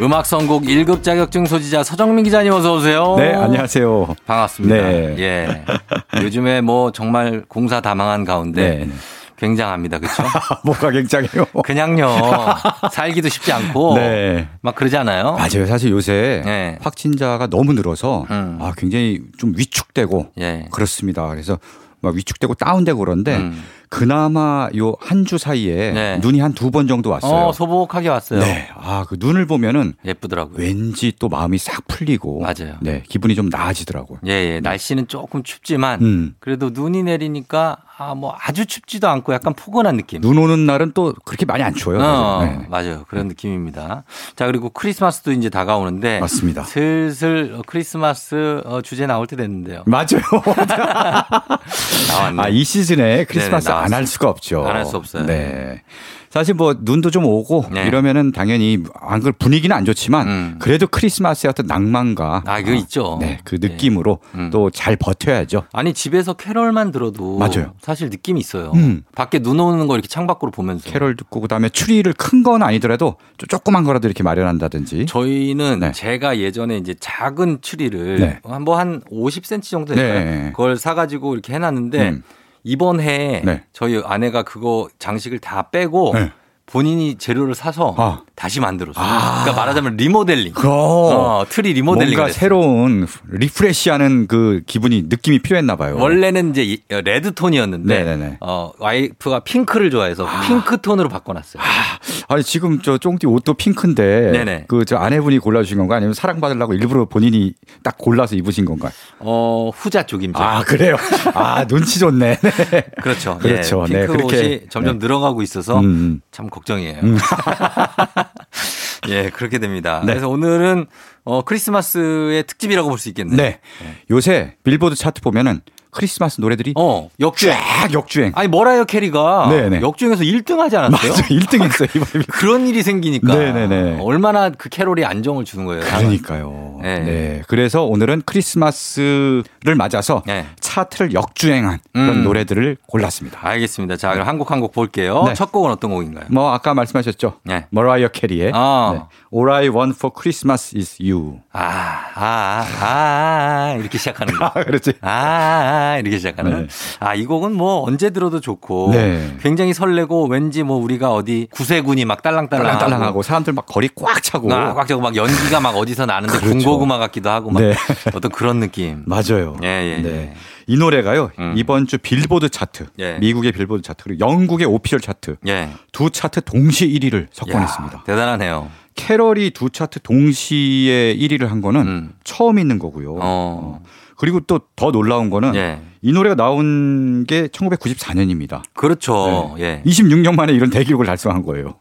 Speaker 1: 음악 선곡 1급 자격증 소지자 서정민 기자님 어서 오세요.
Speaker 7: 네, 안녕하세요.
Speaker 1: 반갑습니다.
Speaker 7: 네.
Speaker 1: 예. 요즘에 뭐 정말 공사 다망한 가운데
Speaker 7: 네.
Speaker 1: 굉장합니다. 그렇죠?
Speaker 7: 아, 뭐가 굉장해요.
Speaker 1: 그냥요. 살기도 쉽지 않고
Speaker 7: 네.
Speaker 1: 막 그러잖아요.
Speaker 7: 맞아요. 사실 요새
Speaker 1: 네.
Speaker 7: 확진자가 너무 늘어서
Speaker 1: 음.
Speaker 7: 아, 굉장히 좀 위축되고
Speaker 1: 예.
Speaker 7: 그렇습니다. 그래서 막 위축되고 다운되고 그런데
Speaker 1: 음.
Speaker 7: 그나마 요 한 주 사이에
Speaker 1: 네.
Speaker 7: 눈이 한 두 번 정도 왔어요.
Speaker 1: 어, 소복하게 왔어요.
Speaker 7: 네. 아, 그 눈을 보면은
Speaker 1: 예쁘더라고요.
Speaker 7: 왠지 또 마음이 싹 풀리고
Speaker 1: 맞아요.
Speaker 7: 네, 기분이 좀 나아지더라고요.
Speaker 1: 예, 예. 날씨는 조금 춥지만
Speaker 7: 음.
Speaker 1: 그래도 눈이 내리니까 아, 뭐 아주 춥지도 않고 약간 포근한 느낌.
Speaker 7: 눈 오는 날은 또 그렇게 많이 안 추워요.
Speaker 1: 예. 어,
Speaker 7: 그래서. 네.
Speaker 1: 맞아요. 그런 느낌입니다. 자, 그리고 크리스마스도 이제 다가오는데
Speaker 7: 맞습니다.
Speaker 1: 슬슬 어, 크리스마스 어, 주제 나올 때 됐는데요.
Speaker 7: 맞아요.
Speaker 1: 나왔네.
Speaker 7: 음. 아, 이 시즌에 크리스마스
Speaker 1: 네네,
Speaker 7: 안 할 수가 없죠.
Speaker 1: 안할 수 없어요.
Speaker 7: 네. 사실 뭐 눈도 좀 오고
Speaker 1: 네.
Speaker 7: 이러면은 당연히 안그 분위기는 안 좋지만
Speaker 1: 음.
Speaker 7: 그래도 크리스마스의 어떤 낭만과
Speaker 1: 아, 이거 있죠.
Speaker 7: 네, 그 느낌으로
Speaker 1: 음.
Speaker 7: 또 잘 버텨야죠.
Speaker 1: 아니 집에서 캐럴만 들어도
Speaker 7: 맞아요.
Speaker 1: 사실 느낌이 있어요.
Speaker 7: 음.
Speaker 1: 밖에 눈 오는 거 이렇게 창 밖으로 보면서
Speaker 7: 캐롤 듣고 그다음에 추리를 큰 건 아니더라도 좀 조그만 거라도 이렇게 마련한다든지.
Speaker 1: 저희는
Speaker 7: 네.
Speaker 1: 제가 예전에 이제 작은 추리를
Speaker 7: 네.
Speaker 1: 한뭐한 50cm 정도 될까요?
Speaker 7: 네.
Speaker 1: 그걸 사가지고 이렇게 해놨는데
Speaker 7: 음.
Speaker 1: 이번 해에
Speaker 7: 네.
Speaker 1: 저희 아내가 그거 장식을 다 빼고
Speaker 7: 네.
Speaker 1: 본인이 재료를 사서
Speaker 7: 아.
Speaker 1: 다시 만들었어요. 그러니까 말하자면 리모델링.
Speaker 7: 그
Speaker 1: 어, 트리 리모델링을
Speaker 7: 뭔가
Speaker 1: 했어요.
Speaker 7: 새로운 리프레시하는 그 기분이 느낌이 필요했나 봐요.
Speaker 1: 원래는 이제 이- 레드 톤이었는데
Speaker 7: 네네네.
Speaker 1: 어, 와이프가 핑크를 좋아해서 핑크 톤으로 바꿔놨어요.
Speaker 7: 아니 지금 저 쫑디 옷도
Speaker 1: 네네.
Speaker 7: 핑크인데 그 저 아내분이 골라주신 건가 아니면 사랑받으려고 일부러 본인이 딱 골라서 입으신 건가?
Speaker 1: 어, 후자 쪽입니다.
Speaker 7: 아 그래요. 아 눈치 좋네. 네.
Speaker 1: 그렇죠.
Speaker 7: 그렇죠.
Speaker 1: 예, 핑크
Speaker 7: 네, 그렇게.
Speaker 1: 옷이 점점 늘어가고 있어서
Speaker 7: 음.
Speaker 1: 참 걱정이에요. 예, 그렇게 됩니다.
Speaker 7: 네.
Speaker 1: 그래서 오늘은 어, 크리스마스의 특집이라고 볼 수 있겠네요.
Speaker 7: 네. 요새 빌보드 차트 보면은 크리스마스 노래들이
Speaker 1: 어, 역주행.
Speaker 7: 쫙 역주행.
Speaker 1: 아니, 머라이어 캐리가
Speaker 7: 네네.
Speaker 1: 역주행에서 1등 하지
Speaker 7: 맞아,
Speaker 1: 않았어요?
Speaker 7: 1등했어요 이번에.
Speaker 1: 그런 일이 생기니까
Speaker 7: 네네네.
Speaker 1: 얼마나 그 캐롤이 안정을 주는 거예요.
Speaker 7: 그러니까요.
Speaker 1: 네.
Speaker 7: 네. 그래서 오늘은 크리스마스를 맞아서
Speaker 1: 네.
Speaker 7: 차트를 역주행한 그런
Speaker 1: 음.
Speaker 7: 노래들을 골랐습니다.
Speaker 1: 알겠습니다. 자, 그럼 한 곡 한 곡 볼게요.
Speaker 7: 네.
Speaker 1: 첫 곡은 어떤 곡인가요?
Speaker 7: 뭐 아까 말씀하셨죠.
Speaker 1: 네.
Speaker 7: 머라이어 캐리의
Speaker 1: 아.
Speaker 7: 네. All I Want for Christmas is You.
Speaker 1: 아, 아, 아, 아, 아, 이렇게 시작하는 거.
Speaker 7: 아, 그렇지.
Speaker 1: 아, 이렇게 시작하는.
Speaker 7: 네.
Speaker 1: 아, 이 곡은 뭐 언제 들어도 좋고
Speaker 7: 네.
Speaker 1: 굉장히 설레고 왠지 뭐 우리가 어디 구세군이 막 딸랑딸랑
Speaker 7: 딸랑딸랑하고 사람들 막 거리 꽉 차고.
Speaker 1: 아, 꽉 차고 막 연기가 막 어디서 나는데
Speaker 7: 그렇죠.
Speaker 1: 군고구마 같기도 하고 막
Speaker 7: 네.
Speaker 1: 어떤 그런 느낌.
Speaker 7: 맞아요. 네.
Speaker 1: 예, 예, 예.
Speaker 7: 이 노래가요.
Speaker 1: 음.
Speaker 7: 이번 주 빌보드 차트,
Speaker 1: 예.
Speaker 7: 미국의 빌보드 차트 그리고 영국의 오피셜 차트
Speaker 1: 예.
Speaker 7: 두 차트 동시 1위를
Speaker 1: 야,
Speaker 7: 석권했습니다.
Speaker 1: 대단하네요.
Speaker 7: 캐럴이 두 차트 동시에 1위를 한 거는
Speaker 1: 음.
Speaker 7: 처음 있는 거고요.
Speaker 1: 어.
Speaker 7: 그리고 또 더 놀라운 거는
Speaker 1: 예.
Speaker 7: 이 노래가 나온 게 1994년입니다.
Speaker 1: 그렇죠.
Speaker 7: 네.
Speaker 1: 예.
Speaker 7: 26년 만에 이런 대기록을 달성한 거예요.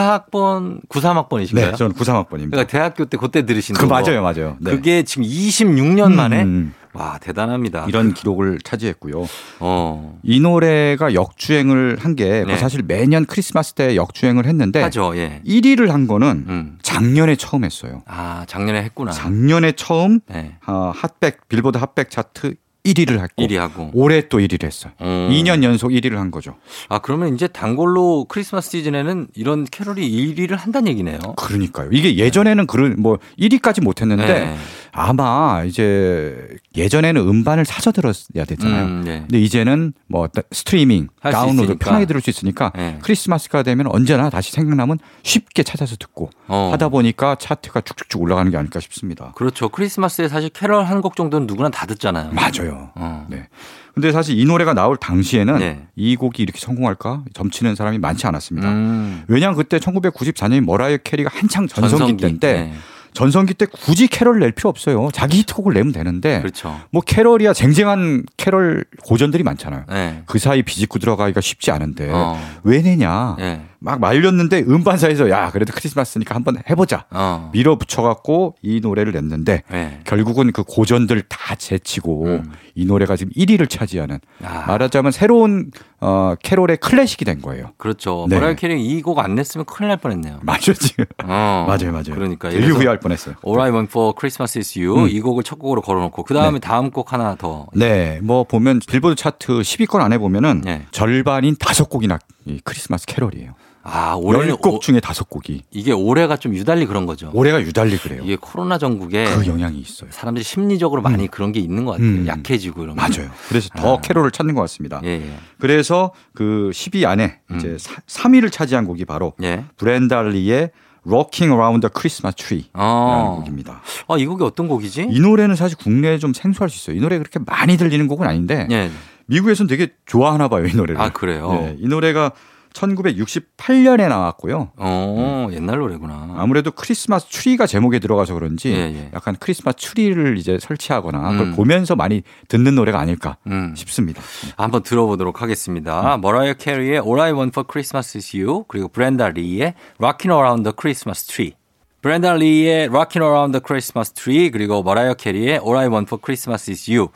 Speaker 1: 94학번, 93학번이신가요?
Speaker 7: 네, 저는 93학번입니다.
Speaker 1: 그러니까 대학교 때 그때 들으신 거.
Speaker 7: 그 맞아요, 맞아요. 네.
Speaker 1: 그게 지금 26년 만에
Speaker 7: 음,
Speaker 1: 와, 대단합니다.
Speaker 7: 이런 기록을 차지했고요.
Speaker 1: 어.
Speaker 7: 이 노래가 역주행을 한 게
Speaker 1: 네.
Speaker 7: 사실 매년 크리스마스 때 역주행을 했는데
Speaker 1: 하죠. 예.
Speaker 7: 1위를 한 거는
Speaker 1: 음.
Speaker 7: 작년에 처음 했어요.
Speaker 1: 아, 작년에 했구나.
Speaker 7: 작년에 처음
Speaker 1: 네.
Speaker 7: 어, 핫백 빌보드 핫백 차트 1위를 했고
Speaker 1: 1위 하고.
Speaker 7: 올해 또 1위를 했어요.
Speaker 1: 음.
Speaker 7: 어, 2년 연속 1위를 한 거죠.
Speaker 1: 아, 그러면 이제 단골로 크리스마스 시즌에는 이런 캐롤이 1위를 한다는 얘기네요.
Speaker 7: 그러니까요. 이게 예전에는 그런 뭐 1위까지 못 했는데
Speaker 1: 네.
Speaker 7: 아마 이제 예전에는 음반을 사서 들었어야 됐잖아요.
Speaker 1: 음, 네.
Speaker 7: 근데 이제는 뭐 어떤 스트리밍,
Speaker 1: 할수
Speaker 7: 다운로드
Speaker 1: 있으니까.
Speaker 7: 편하게 들을 수 있으니까
Speaker 1: 네.
Speaker 7: 크리스마스가 되면 언제나 다시 생각나면 쉽게 찾아서 듣고
Speaker 1: 어.
Speaker 7: 하다 보니까 차트가 쭉쭉쭉 올라가는 게 아닐까 싶습니다.
Speaker 1: 그렇죠. 크리스마스에 사실 캐럴 한 곡 정도는 누구나 다 듣잖아요.
Speaker 7: 맞아요.
Speaker 1: 어.
Speaker 7: 네. 근데 사실 이 노래가 나올 당시에는
Speaker 1: 네.
Speaker 7: 이 곡이 이렇게 성공할까 점치는 사람이 많지 않았습니다.
Speaker 1: 음.
Speaker 7: 왜냐하면 그때 1994년에 머라이어 캐리가 한창 전성기,
Speaker 1: 전성기.
Speaker 7: 때인데
Speaker 1: 네.
Speaker 7: 전성기 때 굳이 캐럴 낼 필요 없어요. 자기 히트곡을 내면 되는데
Speaker 1: 그렇죠.
Speaker 7: 뭐 캐럴이야 쟁쟁한 캐럴 고전들이 많잖아요.
Speaker 1: 네.
Speaker 7: 그 사이 비집고 들어가기가 쉽지 않은데
Speaker 1: 어.
Speaker 7: 왜 내냐
Speaker 1: 네.
Speaker 7: 막 말렸는데 음반사에서 야 그래도 크리스마스니까 한번 해보자
Speaker 1: 어.
Speaker 7: 밀어붙여갖고 이 노래를 냈는데
Speaker 1: 네.
Speaker 7: 결국은 그 고전들 다 제치고
Speaker 1: 음.
Speaker 7: 이 노래가 지금 1위를 차지하는
Speaker 1: 아.
Speaker 7: 말하자면 새로운 어, 캐롤의 클래식이 된 거예요.
Speaker 1: 그렇죠.
Speaker 7: 네.
Speaker 1: 모랄 캐리 이곡 안 냈으면 큰일 날 뻔했네요.
Speaker 7: 맞죠 지금
Speaker 1: 어.
Speaker 7: 맞아요 맞아요.
Speaker 1: 그러니까
Speaker 7: 되게
Speaker 1: 예를 들어서
Speaker 7: 후회할 뻔했어요.
Speaker 1: All I Want for Christmas Is You
Speaker 7: 음.
Speaker 1: 이 곡을 첫 곡으로 걸어놓고 그 다음에 다음 곡 하나 더.
Speaker 7: 네, 뭐 보면 빌보드 차트 10위권 안에 보면은
Speaker 1: 네.
Speaker 7: 절반인 다섯 곡이나 이 크리스마스 캐럴이에요.
Speaker 1: 아 올해는 오-
Speaker 7: 10곡 중에 다섯 곡이
Speaker 1: 이게 올해가 좀 유달리 그런 거죠.
Speaker 7: 올해가 유달리 그래요.
Speaker 1: 이게 예. 코로나 전국에
Speaker 7: 그 영향이 있어요.
Speaker 1: 사람들이 심리적으로 많이 그런 게 있는 것 같아요.
Speaker 7: 음.
Speaker 1: 약해지고 이런. 거.
Speaker 7: 맞아요. 그래서 더
Speaker 1: 아.
Speaker 7: 캐롤을 찾는 것 같습니다.
Speaker 1: 예, 음. 예.
Speaker 7: 그래서 그 10위 안에 이제 3위를 차지한 곡이 바로
Speaker 1: 예.
Speaker 7: 브랜달리의 Rocking Around the Christmas Tree라는
Speaker 1: 어.
Speaker 7: 곡입니다.
Speaker 1: 아, 이 곡이 어떤 곡이지?
Speaker 7: 이 노래는 사실 국내에 좀 생소할 수 있어요. 이 노래 그렇게 많이 들리는 곡은 아닌데
Speaker 1: 예.
Speaker 7: 미국에서는 되게 좋아하나 봐요 이 노래를.
Speaker 1: 아, 그래요?
Speaker 7: 네, 이 노래가 1968년에 나왔고요.
Speaker 1: 어, 옛날 노래구나.
Speaker 7: 음. 아무래도 크리스마스 추리가 제목에 들어가서 그런지
Speaker 1: 예, 예.
Speaker 7: 약간 크리스마스 추리를 이제 설치하거나
Speaker 1: 음.
Speaker 7: 그걸 보면서 많이 듣는 노래가 아닐까
Speaker 1: 음.
Speaker 7: 싶습니다.
Speaker 1: 한번 들어보도록 하겠습니다.
Speaker 7: 음.
Speaker 1: 머라이어 캐리의 All I Want for Christmas is You 그리고 브랜다 리의 Rockin' Around the Christmas Tree. 브랜다 리의 Rockin' Around the Christmas Tree 그리고 머라이어 캐리의 All I Want for Christmas is You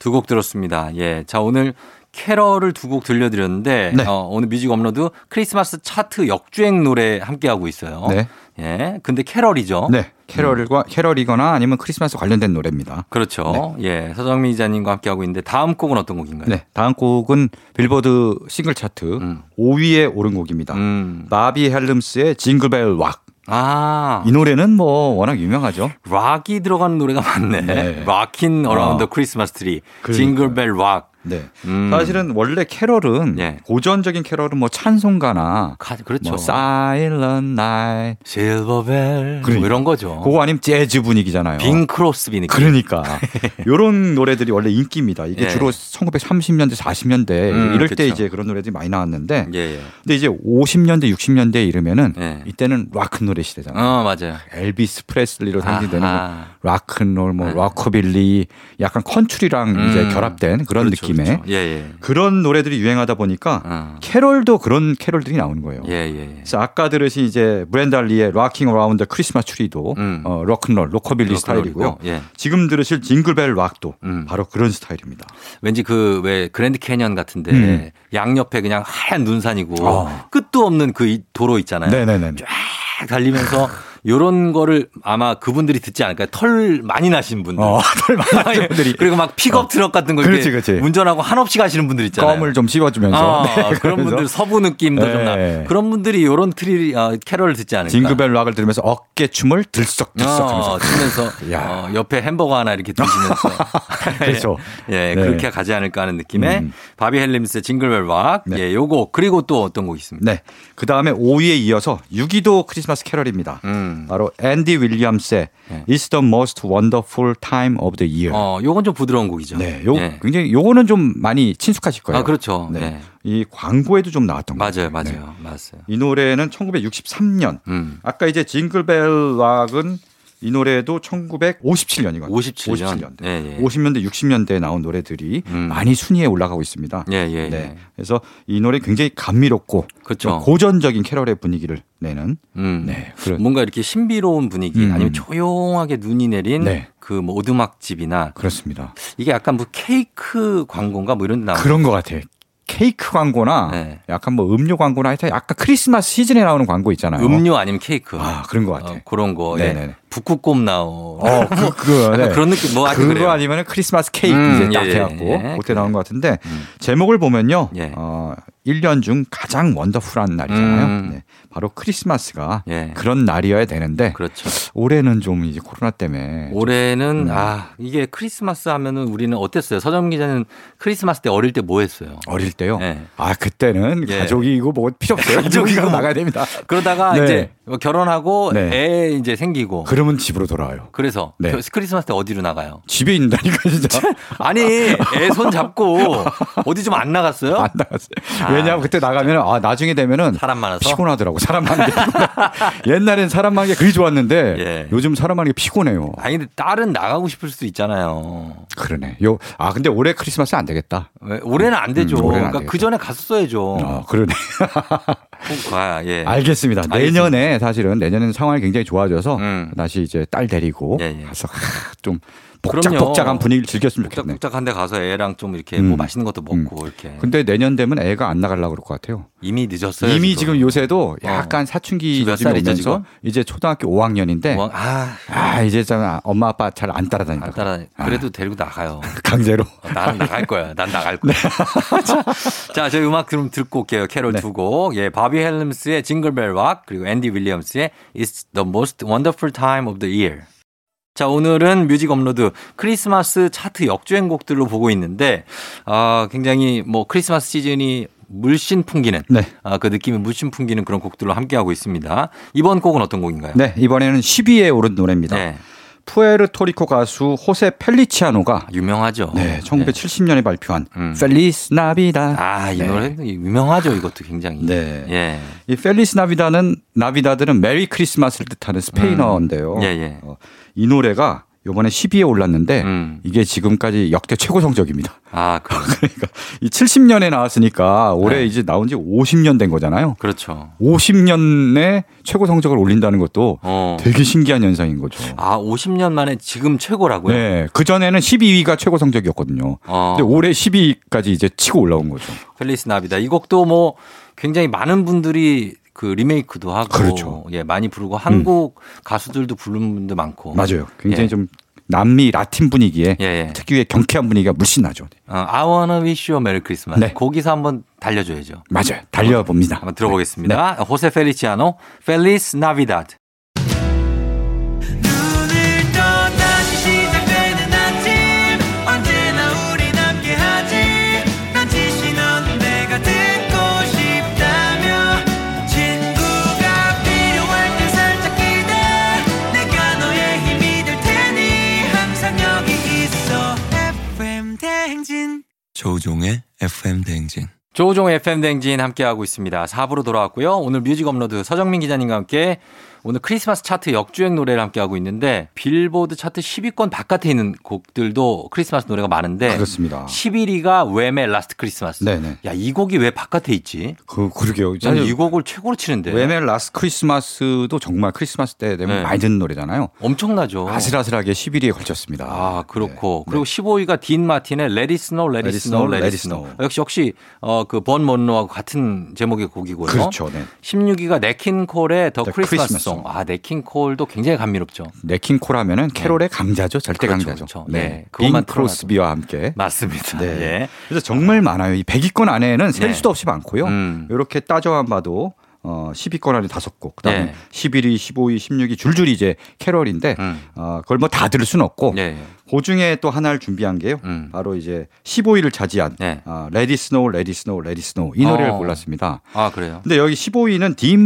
Speaker 1: 두 곡 들었습니다. 예. 자, 오늘 캐럴을 두 곡 들려드렸는데
Speaker 7: 네.
Speaker 1: 어, 오늘 뮤직 업로드 크리스마스 차트 역주행 노래 함께 하고 있어요.
Speaker 7: 네.
Speaker 1: 예. 근데 캐럴이죠.
Speaker 7: 네.
Speaker 1: 음.
Speaker 7: 캐럴과 캐럴이거나 아니면 크리스마스 관련된 노래입니다.
Speaker 1: 그렇죠. 예. 서정민 기자님과 함께 하고 있는데 다음 곡은 어떤 곡인가요?
Speaker 7: 네. 다음 곡은 빌보드 싱글 차트
Speaker 1: 음.
Speaker 7: 5위에 오른 곡입니다.
Speaker 1: 음.
Speaker 7: 바비 헬름스의 징글벨 왁.
Speaker 1: 아.
Speaker 7: 이 노래는 뭐 워낙 유명하죠.
Speaker 1: 락이 들어가는 노래가 많네.
Speaker 7: 네.
Speaker 1: 락인 어라운드
Speaker 7: 어.
Speaker 1: 크리스마스 트리.
Speaker 7: 그러니까요.
Speaker 1: 징글벨 락.
Speaker 7: 네.
Speaker 1: 음.
Speaker 7: 사실은 원래 캐럴은
Speaker 1: 예.
Speaker 7: 고전적인 캐럴은 뭐 찬송가나
Speaker 1: 가, 그렇죠.
Speaker 7: 뭐 Silent Night
Speaker 1: 실버벨 뭐
Speaker 7: 그러니까.
Speaker 1: 이런 거죠.
Speaker 7: 그거 아니면 재즈 분위기잖아요.
Speaker 1: 빈 크로스비니까.
Speaker 7: 그러니까 요런 노래들이 원래 인기입니다. 이게
Speaker 1: 예.
Speaker 7: 주로 1930년대 40년대
Speaker 1: 음,
Speaker 7: 이럴
Speaker 1: 그쵸.
Speaker 7: 때 이제 그런 노래들이 많이 나왔는데
Speaker 1: 예, 예.
Speaker 7: 근데 이제 50년대 60년대에 이르면은
Speaker 1: 예.
Speaker 7: 이때는 락 노래 시대잖아요.
Speaker 1: 어, 맞아요.
Speaker 7: 엘비스 프레슬리로 상징되는 뭐
Speaker 1: 아하.
Speaker 7: 락큰롤 뭐 락커빌리 약간 컨트리랑
Speaker 1: 음.
Speaker 7: 이제 결합된 그런
Speaker 1: 그렇죠,
Speaker 7: 느낌의
Speaker 1: 그렇죠. 예, 예.
Speaker 7: 그런 노래들이 유행하다 보니까
Speaker 1: 어.
Speaker 7: 캐럴도 그런 캐럴들이 나오는 거예요.
Speaker 1: 예, 예. 예.
Speaker 7: 그래서 아까 들으신 이제 브랜달리의 락킹 어라운드 크리스마스 추리도
Speaker 1: 음.
Speaker 7: 어, 락큰롤 로커빌리 스타일이고요.
Speaker 1: 예.
Speaker 7: 지금 들으실 징글벨 락도
Speaker 1: 음.
Speaker 7: 바로 그런 스타일입니다.
Speaker 1: 왠지 그 왜 그랜드 캐년 같은데
Speaker 7: 음.
Speaker 1: 양옆에 그냥 하얀 눈산이고
Speaker 7: 어.
Speaker 1: 끝도 없는 그 이- 도로 있잖아요.
Speaker 7: 네네네.
Speaker 1: 쫙 달리면서 요런 거를 아마 그분들이 듣지 않을까요? 털 많이 나신 분들.
Speaker 7: 어, 털 많은 분들이
Speaker 1: 아, 예.
Speaker 7: 어.
Speaker 1: 그리고 막 픽업 트럭 같은 거 이렇게
Speaker 7: 그렇지, 그렇지.
Speaker 1: 운전하고 한없이 가시는 분들 있잖아요.
Speaker 7: 껌을 좀
Speaker 1: 아,
Speaker 7: 씹어주면서 네,
Speaker 1: 그런
Speaker 7: 그러면서
Speaker 1: 분들 서부 느낌도 좀
Speaker 7: 네.
Speaker 1: 나. 그런 분들이 요런 트리 어, 캐럴을 듣지 않을까?
Speaker 7: 그러니까. 징글벨 락을 들으면서 어깨 춤을 들썩들썩하면서
Speaker 1: 어, 치면서
Speaker 7: 야.
Speaker 1: 어, 옆에 햄버거 하나 이렇게 드시면서
Speaker 7: 그렇죠.
Speaker 1: 예,
Speaker 7: 네.
Speaker 1: 그렇게 가지 않을까 하는 느낌의
Speaker 7: 음.
Speaker 1: 바비 헬림스의 징글벨 락.
Speaker 7: 네.
Speaker 1: 예, 요거 그리고 또 어떤 곡 있습니다.
Speaker 7: 네. 그 다음에 5위에 이어서 6위도 크리스마스 캐럴입니다.
Speaker 1: 음.
Speaker 7: 바로 앤디 윌리엄스의
Speaker 1: 네.
Speaker 7: It's the most wonderful time of the year.
Speaker 1: 어, 요건 좀 부드러운 곡이죠.
Speaker 7: 네, 요
Speaker 1: 예.
Speaker 7: 굉장히 요거는 좀 많이 친숙하실 거예요.
Speaker 1: 아, 그렇죠.
Speaker 7: 네.
Speaker 1: 예.
Speaker 7: 이 광고에도 좀 나왔던
Speaker 1: 맞아요,
Speaker 7: 거예요. 네.
Speaker 1: 맞아요, 맞아요.
Speaker 7: 이 노래는 1963년.
Speaker 1: 음.
Speaker 7: 아까 이제 징글벨 락은 이 노래도 1957년이거든요.
Speaker 1: 57 년.
Speaker 7: 년대
Speaker 1: 예, 예.
Speaker 7: 50년대, 60년대에 나온 노래들이
Speaker 1: 음.
Speaker 7: 많이 순위에 올라가고 있습니다.
Speaker 1: 예, 예.
Speaker 7: 네.
Speaker 1: 예.
Speaker 7: 그래서 이 노래 굉장히 감미롭고
Speaker 1: 그렇죠.
Speaker 7: 좀 고전적인 캐럴의 분위기를 내는
Speaker 1: 음.
Speaker 7: 네, 그런
Speaker 1: 뭔가 이렇게 신비로운 분위기
Speaker 7: 음.
Speaker 1: 아니면 조용하게 눈이 내린
Speaker 7: 네.
Speaker 1: 그 뭐 오두막집이나
Speaker 7: 그렇습니다.
Speaker 1: 이게 약간 뭐 케이크 광고인가 뭐 이런 데 나오는
Speaker 7: 그런 것 같아요. 케이크 광고나
Speaker 1: 네.
Speaker 7: 약간 뭐 음료 광고나 하여튼 약간 크리스마스 시즌에 나오는 광고 있잖아요.
Speaker 1: 음료 아니면 케이크
Speaker 7: 아 그런 것 같아.
Speaker 1: 어,
Speaker 7: 요
Speaker 1: 그런 거
Speaker 7: 네네네.
Speaker 1: 예. 북극곰 나오
Speaker 7: 어, 그, 그거, 네.
Speaker 1: 뭐 그런 느낌 뭐 하여튼
Speaker 7: 그거
Speaker 1: 그래요.
Speaker 7: 아니면 크리스마스 케이크
Speaker 1: 음,
Speaker 7: 이제 딱
Speaker 1: 예, 예,
Speaker 7: 해갖고
Speaker 1: 예.
Speaker 7: 그때 나온 것 같은데
Speaker 1: 음.
Speaker 7: 제목을 보면요,
Speaker 1: 예.
Speaker 7: 어, 1년 중 가장 원더풀한 날이잖아요.
Speaker 1: 음.
Speaker 7: 네. 바로 크리스마스가
Speaker 1: 예.
Speaker 7: 그런 날이어야 되는데
Speaker 1: 그렇죠.
Speaker 7: 올해는 좀 이제 코로나 때문에
Speaker 1: 올해는
Speaker 7: 네, 음.
Speaker 1: 아 이게 크리스마스 하면은 우리는 어땠어요? 서정 기자는 크리스마스 때 어릴 때 뭐 했어요?
Speaker 7: 어릴 때요.
Speaker 1: 예.
Speaker 7: 아 그때는
Speaker 1: 예.
Speaker 7: 가족이고 뭐 필요 없어요.
Speaker 1: 가족이고
Speaker 7: 가족이고 나가야 됩니다.
Speaker 1: 그러다가
Speaker 7: 네.
Speaker 1: 이제 결혼하고
Speaker 7: 네.
Speaker 1: 애 이제 생기고
Speaker 7: 그러면 집으로 돌아와요.
Speaker 1: 그래서
Speaker 7: 네.
Speaker 1: 그 크리스마스 때 어디로 나가요?
Speaker 7: 집에 있는다니까 진짜
Speaker 1: 아니 애 손 잡고 어디 좀 안 나갔어요?
Speaker 7: 안 나갔어요. 왜냐하면 그때 나가면 아 나중에 되면은
Speaker 1: 사람 많아서
Speaker 7: 피곤하더라고 사람 많은 게 피곤해. 옛날엔 사람 많은 게 그리 좋았는데
Speaker 1: 예.
Speaker 7: 요즘 사람 많은 게 피곤해요.
Speaker 1: 아니 근데 딸은 나가고 싶을 수도 있잖아요.
Speaker 7: 그러네. 요 아 근데 올해 크리스마스 안 되겠다.
Speaker 1: 왜? 올해는 안 되죠.
Speaker 7: 음, 올해는 안
Speaker 1: 그러니까
Speaker 7: 되겠다. 아,
Speaker 1: 그 전에 갔었어야죠.
Speaker 7: 어 그러네.
Speaker 1: 꼭 가야, 예.
Speaker 7: 알겠습니다.
Speaker 1: 알겠습니다.
Speaker 7: 내년에 사실은 내년에는 상황이 굉장히 좋아져서
Speaker 1: 음.
Speaker 7: 다시 이제 딸 데리고
Speaker 1: 예, 예.
Speaker 7: 가서 하, 좀
Speaker 1: 그럼요.
Speaker 7: 복작복작한 분위기를 즐겼으면 좋겠네.
Speaker 1: 복작복작한데 가서 애랑 좀 이렇게
Speaker 7: 음.
Speaker 1: 뭐 맛있는 것도 먹고 이렇게
Speaker 7: 근데 내년 되면 애가 안 나가려고 그럴 것 같아요.
Speaker 1: 이미 늦었어요.
Speaker 7: 이미 지금 요새도 약간 사춘기
Speaker 1: 지금 몇
Speaker 7: 요즘에
Speaker 1: 살이죠,
Speaker 7: 오면서 이제 초등학교 5학년인데
Speaker 1: 뭐, 아,
Speaker 7: 아 이제 참 엄마 아빠 잘 안 따라다닌다.
Speaker 1: 안 따라. 그래도 데리고 나가요.
Speaker 7: 강제로.
Speaker 1: 난 나갈 거야. 난 나갈 거야. 자,
Speaker 7: 네.
Speaker 1: 자, 저희 음악 좀 듣고 올게요. 캐롤 두 곡. 예, 바비 헬름스의 징글벨 락 그리고 앤디 윌리엄스의 It's the most wonderful time of the year. 자, 오늘은 뮤직 업로드 크리스마스 차트 역주행곡들로 보고 있는데 아, 굉장히 뭐 크리스마스 시즌이 물씬 풍기는
Speaker 7: 네.
Speaker 1: 아, 그 느낌이 물씬 풍기는 그런 곡들로 함께하고 있습니다. 이번 곡은 어떤 곡인가요?
Speaker 7: 네 이번에는 10위에 오른 노래입니다.
Speaker 1: 네,
Speaker 7: 푸에르토리코 가수 호세 펠리치아노가
Speaker 1: 유명하죠.
Speaker 7: 네, 1970년에 발표한
Speaker 1: 음.
Speaker 7: 펠리스 나비다.
Speaker 1: 아, 이
Speaker 7: 네.
Speaker 1: 노래 유명하죠. 이것도 굉장히.
Speaker 7: 네.
Speaker 1: 예.
Speaker 7: 이 펠리스 나비다는 나비다들은 메리 크리스마스를 뜻하는 스페인어인데요.
Speaker 1: 음. 예, 예.
Speaker 7: 어, 이 노래가 이번에 10위에 올랐는데
Speaker 1: 음.
Speaker 7: 이게 지금까지 역대 최고 성적입니다.
Speaker 1: 아, 그,
Speaker 7: 그러니까 이 70년에 나왔으니까 올해
Speaker 1: 네.
Speaker 7: 이제 나온 지 50년 된 거잖아요.
Speaker 1: 그렇죠.
Speaker 7: 50년에 최고 성적을 올린다는 것도
Speaker 1: 어.
Speaker 7: 되게 신기한 현상인 거죠.
Speaker 1: 아, 50년 만에 지금 최고라고요?
Speaker 7: 네, 그 전에는 12위가 최고 성적이었거든요.
Speaker 1: 어.
Speaker 7: 근데 올해 10위까지 이제 치고 올라온 거죠.
Speaker 1: 펠리스 나비다. 이 곡도 뭐 굉장히 많은 분들이 그 리메이크도 하고
Speaker 7: 그렇죠. 음.
Speaker 1: 예, 많이 부르고 한국 가수들도 부르는 분도 많고.
Speaker 7: 맞아요. 네. 굉장히
Speaker 1: 예.
Speaker 7: 좀 남미 라틴 분위기에
Speaker 1: 예, 예.
Speaker 7: 특유의 경쾌한 분위기가 물씬 나죠.
Speaker 1: 어, I wanna wish you a merry Christmas.
Speaker 7: 네.
Speaker 1: 거기서 한번 달려줘야죠.
Speaker 7: 맞아요. 달려봅니다. 네.
Speaker 1: 한번 들어보겠습니다. 호세 펠리치아노, 펠리스 나비다.
Speaker 6: 눈을 떠 다시 시작되는 아침 언제나 우린 함께하지 대행진.
Speaker 1: 조종 FM 댕진 함께하고 있습니다. 4부로 돌아왔고요. 오늘 뮤직 업로드 서정민 기자님과 함께 오늘 크리스마스 차트 역주행 노래를 함께하고 있는데 빌보드 차트 10위권 바깥에 있는 곡들도 크리스마스 노래가 많은데
Speaker 7: 그렇습니다.
Speaker 1: 11위가 웸의 라스트 크리스마스.
Speaker 7: 네네.
Speaker 1: 야, 이 곡이 왜 바깥에 있지?
Speaker 7: 그 그러게요.
Speaker 1: 저는 이
Speaker 7: 사실
Speaker 1: 곡을 최고로 치는데
Speaker 7: 웨멜 라스 크리스마스도 정말 크리스마스 때 되면
Speaker 1: 네.
Speaker 7: 많이 듣는 노래잖아요.
Speaker 1: 엄청나죠.
Speaker 7: 아슬아슬하게 11위에 걸쳤습니다.
Speaker 1: 어. 아, 그렇고.
Speaker 7: 네.
Speaker 1: 그리고 15위가 딘 마틴의 Let It Snow, Let It Snow, Let It Snow. 역시, 역시, 어, 그, 번 먼로하고 같은 제목의 곡이고요.
Speaker 7: 그렇죠. 네.
Speaker 1: 16위가 네킨콜의 더
Speaker 7: The
Speaker 1: 크리스마스
Speaker 7: Christmas
Speaker 1: 송.
Speaker 7: Song.
Speaker 1: 아, 네킨콜도 굉장히 감미롭죠.
Speaker 7: 네킹콜하면은 캐롤의 강자죠. 절대
Speaker 1: 그렇죠,
Speaker 7: 강자죠.
Speaker 1: 그렇죠.
Speaker 7: 네.
Speaker 1: 네,
Speaker 7: 빈
Speaker 1: 그것만
Speaker 7: 크로스비와 함께.
Speaker 1: 맞습니다.
Speaker 7: 네.
Speaker 1: 예.
Speaker 7: 그래서 정말 많아요. 이 100위권 안에는 셀
Speaker 1: 네.
Speaker 7: 수도 없이 많고요.
Speaker 1: 음.
Speaker 7: 이렇게 따져만 봐도 어 10위권 안에 다섯 곡, 그다음에
Speaker 1: 네.
Speaker 7: 11위, 15위, 16위 줄줄이 이제 캐럴인데
Speaker 1: 음.
Speaker 7: 어 그걸 뭐 다 들을 수는 없고
Speaker 1: 예.
Speaker 7: 그 중에 또 하나를 준비한 게요.
Speaker 1: 음.
Speaker 7: 바로 이제 15위를 차지한
Speaker 1: 네.
Speaker 7: 아, 레디 스노우, 레디 스노우, 레디 스노우 이 노래를
Speaker 1: 어.
Speaker 7: 골랐습니다.
Speaker 1: 아, 그래요?
Speaker 7: 근데 여기 15위는 딘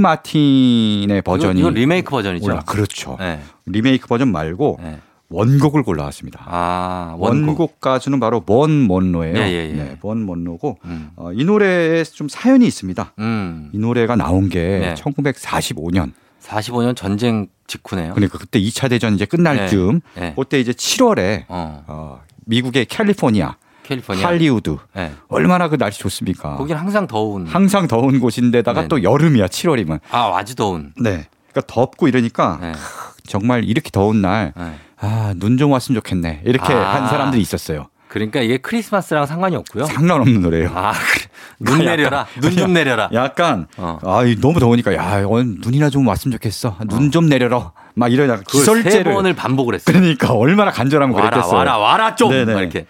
Speaker 7: 마틴의 버전이
Speaker 1: 이거, 이거 리메이크 버전이죠.
Speaker 7: 올라 그렇죠.
Speaker 1: 예.
Speaker 7: 리메이크 버전 말고
Speaker 1: 예.
Speaker 7: 원곡을 골라왔습니다.
Speaker 1: 아, 원곡.
Speaker 7: 원곡 가수는 바로 번 먼로예요.
Speaker 1: 예, 예, 예.
Speaker 7: 네, 번 먼로고
Speaker 1: 음.
Speaker 7: 어, 이 노래에 좀 사연이 있습니다.
Speaker 1: 음.
Speaker 7: 이 노래가 나온 게
Speaker 1: 네.
Speaker 7: 1945년
Speaker 1: 45년 전쟁 직후네요.
Speaker 7: 그러니까 그때 2차 대전 이제 끝날
Speaker 1: 네.
Speaker 7: 즈음
Speaker 1: 예.
Speaker 7: 그때 이제 7월에
Speaker 1: 어.
Speaker 7: 어, 미국의 캘리포니아,
Speaker 1: 캘리포니아.
Speaker 7: 할리우드
Speaker 1: 예.
Speaker 7: 얼마나 그 날씨 좋습니까?
Speaker 1: 거긴 항상 더운.
Speaker 7: 항상 더운 곳인데다가
Speaker 1: 네.
Speaker 7: 또 여름이야 7월이면
Speaker 1: 아, 아주 더운.
Speaker 7: 네. 그러니까 덥고 이러니까
Speaker 1: 네.
Speaker 7: 정말 이렇게 더운
Speaker 1: 네.
Speaker 7: 날 아 눈 좀 왔으면 좋겠네 이렇게
Speaker 1: 아.
Speaker 7: 한 사람들이 있었어요.
Speaker 1: 그러니까 이게 크리스마스랑 상관이 없고요.
Speaker 7: 상관없는 노래예요.
Speaker 1: 아, 그래. 눈
Speaker 7: 약간,
Speaker 1: 내려라. 눈 좀 내려라.
Speaker 7: 약간
Speaker 1: 어.
Speaker 7: 아, 이 너무 더우니까 야 오늘 눈이나 좀 왔으면 좋겠어. 눈 좀 내려라. 막 이런 약간
Speaker 1: 그걸 세
Speaker 7: 기설제를
Speaker 1: 번을 반복을 했어요.
Speaker 7: 그러니까 얼마나 간절하면
Speaker 1: 와라,
Speaker 7: 그랬겠어요.
Speaker 1: 와라, 와라 좀.
Speaker 7: 네네.
Speaker 1: 막 이렇게.